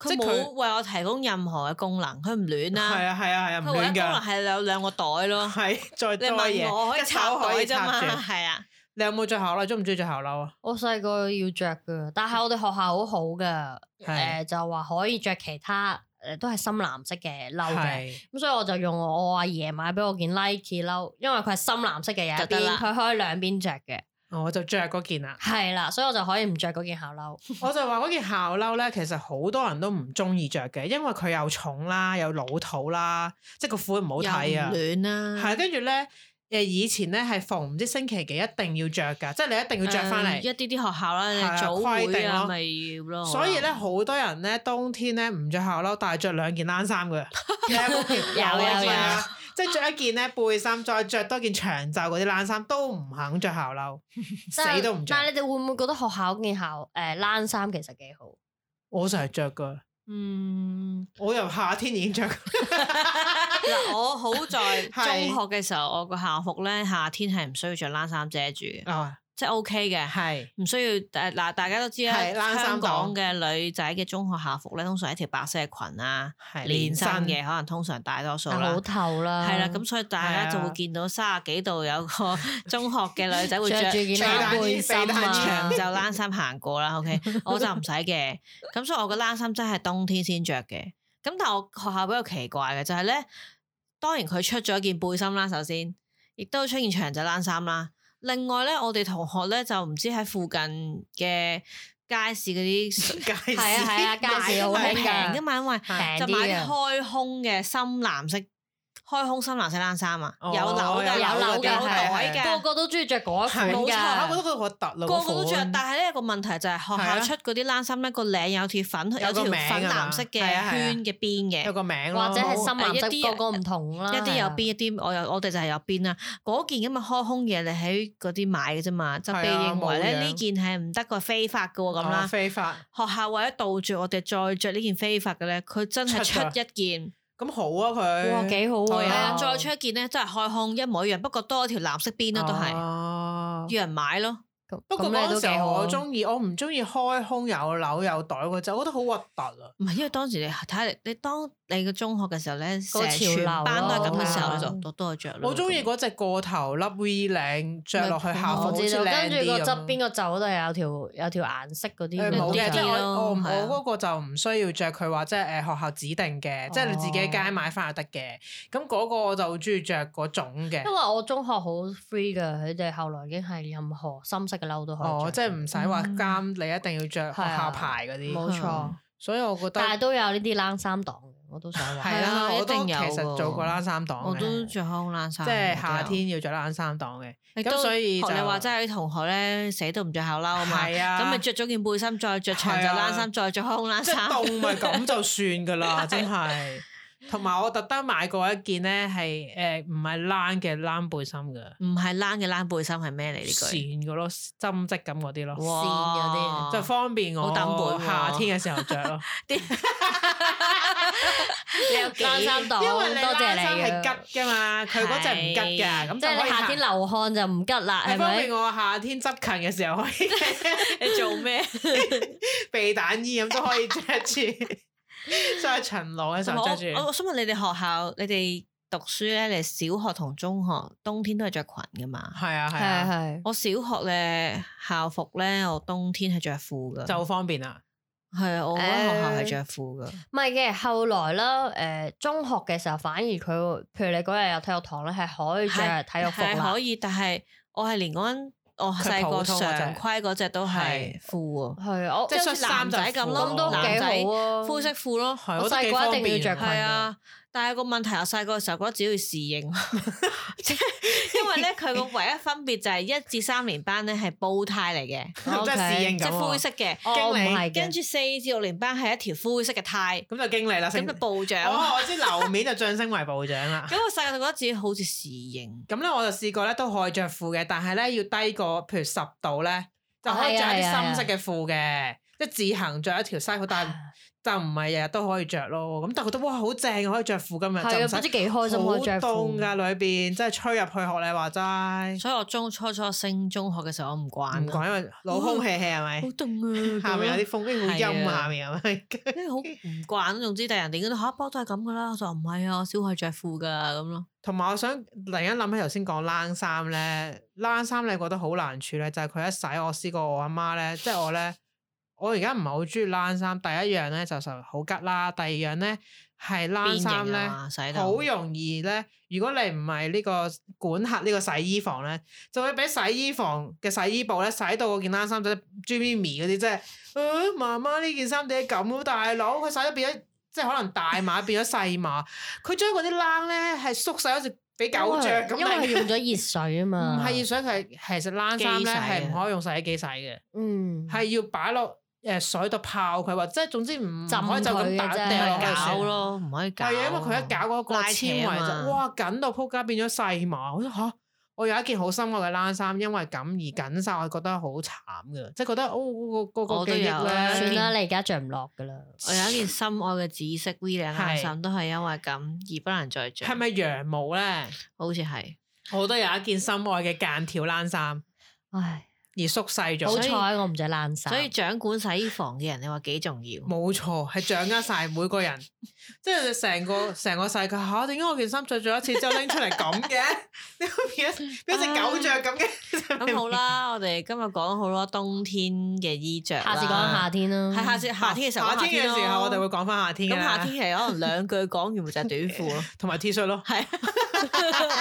B: 佢
C: 即係佢
B: 冇為我提供任何嘅功能，佢唔亂啦。
C: 係啊係啊係啊，唔
B: 佢唯一
C: 亂
B: 功能
C: 㗎，
B: 係有兩個袋 咯。
C: 係再
B: 你
C: 多
B: 問我我可
C: 嘢，
B: 以
C: 一
B: 插
C: 手
B: 袋
C: 可以
B: 啫嘛
C: 插，住。
B: 係啊，
C: 你有冇着校褸？中唔中意着校褸啊？
D: 我細個要着噶，但係我哋學校好好噶，誒、
C: 係
D: 就話可以着其他誒、都係深藍色嘅褸嘅，
C: 係
D: 咁所以我就用我阿爺買俾我件 Nike 褸，因為佢係深藍色嘅有一
B: 就得
D: 邊，
B: 啦
D: 佢可以兩邊着嘅，
C: 哦我就着嗰件啦。
D: 係啦，所以我就可以唔着嗰件校褸，
C: 我就話嗰件校褸咧，其實好多人都唔中意着嘅，因為佢又重啦，又老土啦，即係個款唔好睇
B: 又
C: 啊
B: 唔。亂啦。
C: 係跟住咧，誒以前咧係逢唔知星期幾一定要着㗎，即係你一定要着翻
B: 誒嗯一
C: 嚟。
B: 啲啲學校啦，
C: 係啊
B: 你早
C: 規
B: 會
C: 定咯
B: 啊，咪要咯。
C: 所以咧，好多人咧冬天咧唔着校褸，但係着兩件冷衫 嘅。有
D: 有有有
C: 啊，即係着一件咧背心，再着多件長袖嗰啲冷衫，都唔肯着校 褸，
D: 但係
C: 死都唔着。
D: 但係你哋會唔會覺得學校嗰件校誒冷衫其實幾好？
C: 我成日着㗎，
B: 嗯，
C: 我由夏天已經 着。
B: 嗱，我好在中
C: 係
B: 學嘅時候，我個校服咧夏天係唔需要着冷衫遮住嘅，
C: 啊，
B: 即係 OK 嘅，
C: 係。
B: 唔需要誒嗱，大家都知啦，
C: 係冷衫
B: 香港
C: 黨
B: 嘅女仔嘅中學校服咧，通常係一條白色嘅裙啊，
C: 係
B: 連身嘅，可能通常大多數
D: 但
B: 啦
D: 好。透啦，
B: 係啦，咁所以大家就
C: 係
B: 會
C: 啊
B: 見到三十幾度有個 中學嘅女仔會
D: 着
B: 着
D: 住件
C: 長
D: 冷
C: 冷衣
D: 背心
C: 肥冷
B: 長，
D: 啊
B: 袖冷衫行過啦，OK，我就唔使嘅。咁所以我個冷衫真係冬天先着嘅。咁但係我學校比較奇怪嘅就係咧，當然佢出咗件背心啦，首先，亦都出件長袖冷衫啦。另外咧，我哋同學咧就唔知喺附近嘅街市嗰啲
C: 街 市
D: 係啊係啊，街市好
B: 係
D: 興
B: 平
D: 㗎
B: 噶，嘛，因為
D: 平
B: 就買
D: 啲啊
B: 啲
D: 嘅。
C: 哦
B: 開胸嘅深藍色。開胸深藍色冷衫啊，有
C: 哦
B: 紐嘅，
C: 有
D: 紐嘅
B: 有袋
C: 係係
B: 嘅
D: 個，個都中意着嗰一款
C: 係
B: 冇
C: 啊，我覺，
D: 㗎
C: 得佢核突咯，
B: 個個都着
C: 款，
B: 但係咧個問題就係
C: 係啊
B: 學校出嗰啲冷衫咧，個領有條粉有
C: 有個
B: 條
C: 名啊
B: 粉
C: 嘛
B: 藍色嘅
C: 係啊係啊
B: 圈嘅邊嘅，
C: 有個名咯
D: 或者係深
B: 誒
D: 藍
B: 一
D: 色，
B: 啲
D: 個個唔同啦，
B: 一啲有
D: 係啊
B: 邊一啲我有我哋就係有邊啦。嗰件咁嘅開胸嘢，你喺嗰啲買嘅啫嘛，就被
C: 係啊
B: 認為咧
C: 冇樣
B: 呢件係唔得個非法嘅喎咁
C: 哦
B: 啦。
C: 非法，
B: 學校為咗杜絕我哋再着呢件非法嘅咧，佢真係出
C: 出咗
B: 一件，
C: 咁好啊佢，
D: 哇，幾好喎！
C: 係
B: 係啊，
C: 哦
B: 再出一件咧，真係開胸一模一樣，不過多一條藍色邊啦，都係
C: 哦
B: 要人買咯。
D: 咁
C: 不過
D: 咁你
C: 嗰
D: 都
C: 陣
D: 幾
C: 時候
D: 好啊
C: 我中意，我唔中意開胸有紐有袋嗰陣，我覺得好核突啊！
B: 唔係，因為當時你睇下你，你當你個中學嘅時候咧，
D: 個
B: 成
D: 潮流
B: 全班都係咁嘅時候，
C: 咯
B: 你就都都係着咯。
C: 啊嗯我中意嗰隻個頭笠 V 領，着落去校服
D: 我
C: 好似
D: 知
C: 靚
D: 道，跟住
C: 啲
D: 個
C: 咁
D: 側邊
C: 樣。
D: 個袖都係有條有條顏色
C: 誒
D: 嗰啲
C: 冇嘅，
B: 啲
C: 即係
B: 咯
C: 我我唔
B: 係啊
C: 我嗰個就唔需要着佢話即係誒學校指定嘅，即係你自己喺街買翻就得嘅。咁嗰個我就中意着嗰種嘅
D: 因，為我中學好 free 噶，佢哋後來已經係任何深色嘅褸都可以
C: 哦，即
D: 着
C: 係唔使話監你一定要着學校牌嗰
D: 冇
C: 啲，嗯
D: 錯，
C: 所以我覺得
D: 但係都有呢啲冷衫黨嘅，我都想話。
C: 係
B: 係
C: 啦，
B: 啊
C: 我都
B: 一定
C: 其
B: 有
C: 實
B: 喎
C: 做過冷衫黨
B: 我都
C: 嘅，
B: 着空冷衫，
C: 即係夏天要着冷衫黨嘅。
B: 我都有。
C: 咁所以
B: 啊學你
C: 就
B: 話齋有啲同學咧，死都唔着校褸啊嘛。
C: 係啊
B: 咁咪着啊咗件背心，再着長袖
C: 係啊
B: 冷衫，再着空冷
C: 即係
B: 衫。
C: 凍咪咁就算噶啦，真係。同埋我特登買過一件咧，係誒唔係冷嘅冷背心嘅，
B: 唔係冷嘅冷背心係咩嚟呢
C: 線
B: 句？
C: 嘅咯，針織咁嗰啲咯，
B: 哇
C: 就 方便
B: 好
C: 我
B: 抌本喎
C: 夏天嘅時候着 咯。
D: 你有冷衫黨，
C: 因
D: 多
C: 為你冷
D: 謝
C: 衫
D: 你
C: 係
D: 嘅。
C: 吉噶嘛，佢嗰隻唔吉㗎，
B: 啊係
C: 咁
D: 即係你夏天
C: 流
D: 流汗就唔吉啦，係
C: 係方
D: 咪
C: 便？我夏天執勤嘅時候可以
B: 你做咩？
C: 避彈衣咁都可以着住， 所以巡邏嘅時
B: 同埋
C: 候着
B: 我
C: 住
B: 我想問你哋學校，你哋讀書咧，你小學同中學冬天都係着裙噶嘛？
C: 係啊係
D: 係
C: 啊，
D: 係。
B: 我小學咧校服咧，我冬天係着褲噶，
C: 就方便啦。
B: 係啊，我覺得學校係着褲噶，
D: 唔係嘅，後來啦，誒、中學嘅時候反而佢，譬如你嗰日有體育堂咧，係可以着體育服
B: 係
D: 啦
B: 可，以，但係我係連嗰陣我細個常規嗰隻都係褲喎，
D: 係我
C: 即係
B: 即係好似男仔咁咯，
D: 咁都
C: 男
D: 幾
B: 仔
D: 好啊，
B: 灰色褲咯，
C: 係，
D: 我
C: 我都
D: 細
C: 幾
D: 個
C: 方
D: 一定要
C: 便
D: 着
C: 㗎
D: 裙
B: 係啊。但係個問題，我細個嘅時候覺得自己要侍應，啊 即係因為咧佢個唯一分別就係一至三年班咧係煲呔嚟嘅，
C: 咁真係侍應
B: 即
C: 咁
B: 係
C: 喎
B: 灰色嘅，
D: 哦
C: 經
D: 唔
C: 理
D: 係
B: 跟
D: 嘅，
B: 住四至六年班係一條灰色嘅呔，
C: 咁就經理啦，
B: 咁就
C: 升
B: 部長。
C: 啊哦，我知樓面就晉升為部長啦。
B: 咁我細個就覺得自己好似侍應，
C: 咁咧我就試過咧都可以着褲嘅，但係咧要低過譬如十度咧，就可以着一
D: 係啊係
C: 啲
D: 啊
C: 深色嘅褲嘅，即係自行着一條西褲，但係就唔係日日都可以着咯。咁但係覺得哇好正，可以着褲今日
D: 係
C: 就
D: 啊，
C: 唔使
D: 不知幾開心
C: 好
D: 可以着
C: 凍啊
D: 褲。
C: 㗎裏邊，真係吹入去學你話齋，
B: 所以我中初初升中學嘅時候，我唔慣啊
C: 唔講因為老空氣氣係咪
B: 好？凍啊！
C: 下面有啲風，跟住好陰
B: 係
C: 啊
B: 啊
C: 下面係咪？
B: 啲好唔慣，啊總之第人哋嗰啲嚇波都係咁噶啦，我就話唔係啊，我小係着褲噶咁咯。
C: 同埋我想突然間諗起頭先講冷衫咧，冷衫你覺得好難處咧，就係、佢一洗，我試過我阿媽咧，即係我咧，我而家唔係好中意冷衫。第一樣咧就實好吉啦，第二樣咧係冷
B: 變形
C: 衫咧
B: 啊。嘛，洗到
C: 好容易咧，如果你唔係呢個管轄呢個洗衣房咧，就會俾洗衣房嘅洗衣部咧洗到嗰件冷衫仔 Jimmy 嗰啲，即係，呃媽媽呢件衫點解咁？大佬佢洗咗變咗，即係可能大碼變咗細碼，佢將嗰啲冷咧係縮細好似俾狗着咁
D: 因為因為係
C: 嚟。
D: 用咗熱水 啊
C: 唔
D: 嘛。
C: 係熱水，佢係其實冷衫咧
B: 機洗啊
C: 係唔可以用洗衣機洗嘅，
D: 嗯，
C: 係要擺落誒水度泡佢，或者係總之唔
D: 浸
C: 可以就咁
D: 佢嘅
C: 打
D: 啫
C: 掉落去算
B: 搞咯，唔可以搞。
C: 啊係啊，因為佢一搞嗰個
B: 拉扯
C: 纖維
B: 啊
C: 就
B: 嘛
C: 哇緊到撲街變咗細碼，我覺得嚇我有一件好深愛嘅冷衫，因為咁而緊晒，我覺得好慘嘅，即係覺得哦嗰個嗰
B: 我
C: 個
B: 都
C: 記憶
B: 有啊
C: 咧
D: 算啦，你而家着唔落㗎啦。
B: 我有一件心愛嘅紫色 V 領冷衫，都係因為咁而不能再着。
C: 係咪羊毛咧？
B: 好似係，
C: 我都有一件心愛嘅間條冷衫，
D: 唉，
C: 而縮細
D: 好
C: 咗，
D: 彩我唔着冷衫。
B: 所以掌管洗衣房嘅人，你話幾重 要？
C: 冇錯係掌握晒每個人，即係成個成個世界嚇點解我件衫着咗一次之後拎出嚟咁嘅？點解變咗變咗只狗着咁嘅？
B: 咁好啦，我哋今日講好多冬天嘅衣着啦
D: 下次講夏天啦。
B: 係下 次啊夏天嘅時候，
C: 嗯夏天嘅時候我哋會
B: 會
C: 講翻夏天㗎
B: 啊咁
C: 啦
B: 夏天係可能兩句講完咪就係短褲 咯，
C: 同埋 T 恤咯。
B: 係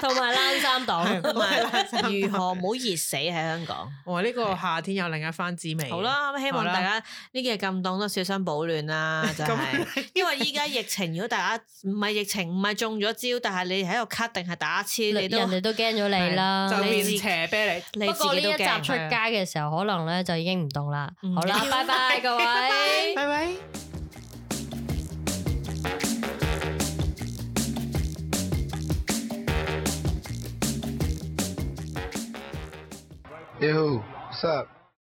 D: 同埋冷衫黨。
C: 係
B: 同埋如何唔好熱死喺香港。
C: 我呢個夏天有另一番滋味。
B: 好，啦，咁希望
C: 好啦
B: 大家呢幾日咁凍都小心保暖 啦，就
C: 啊
B: 係 因為依家疫情，如果大家唔係疫情，唔係中咗招，但係你喺度咳定係打乞嗤，你
D: 人
B: 都
D: 哋都驚咗你啦，
C: 就
B: 你
C: 變
B: 自己
C: 斜啤你。
B: 你
D: 不
B: 自
D: 過呢
B: 己
D: 一
B: 都
D: 集
B: 驚。
D: 出街嘅時候，可能咧就已經唔凍啦。
B: 嗯
D: 好啦，拜拜各位。
C: 拜拜。
A: Hey, who? What's up?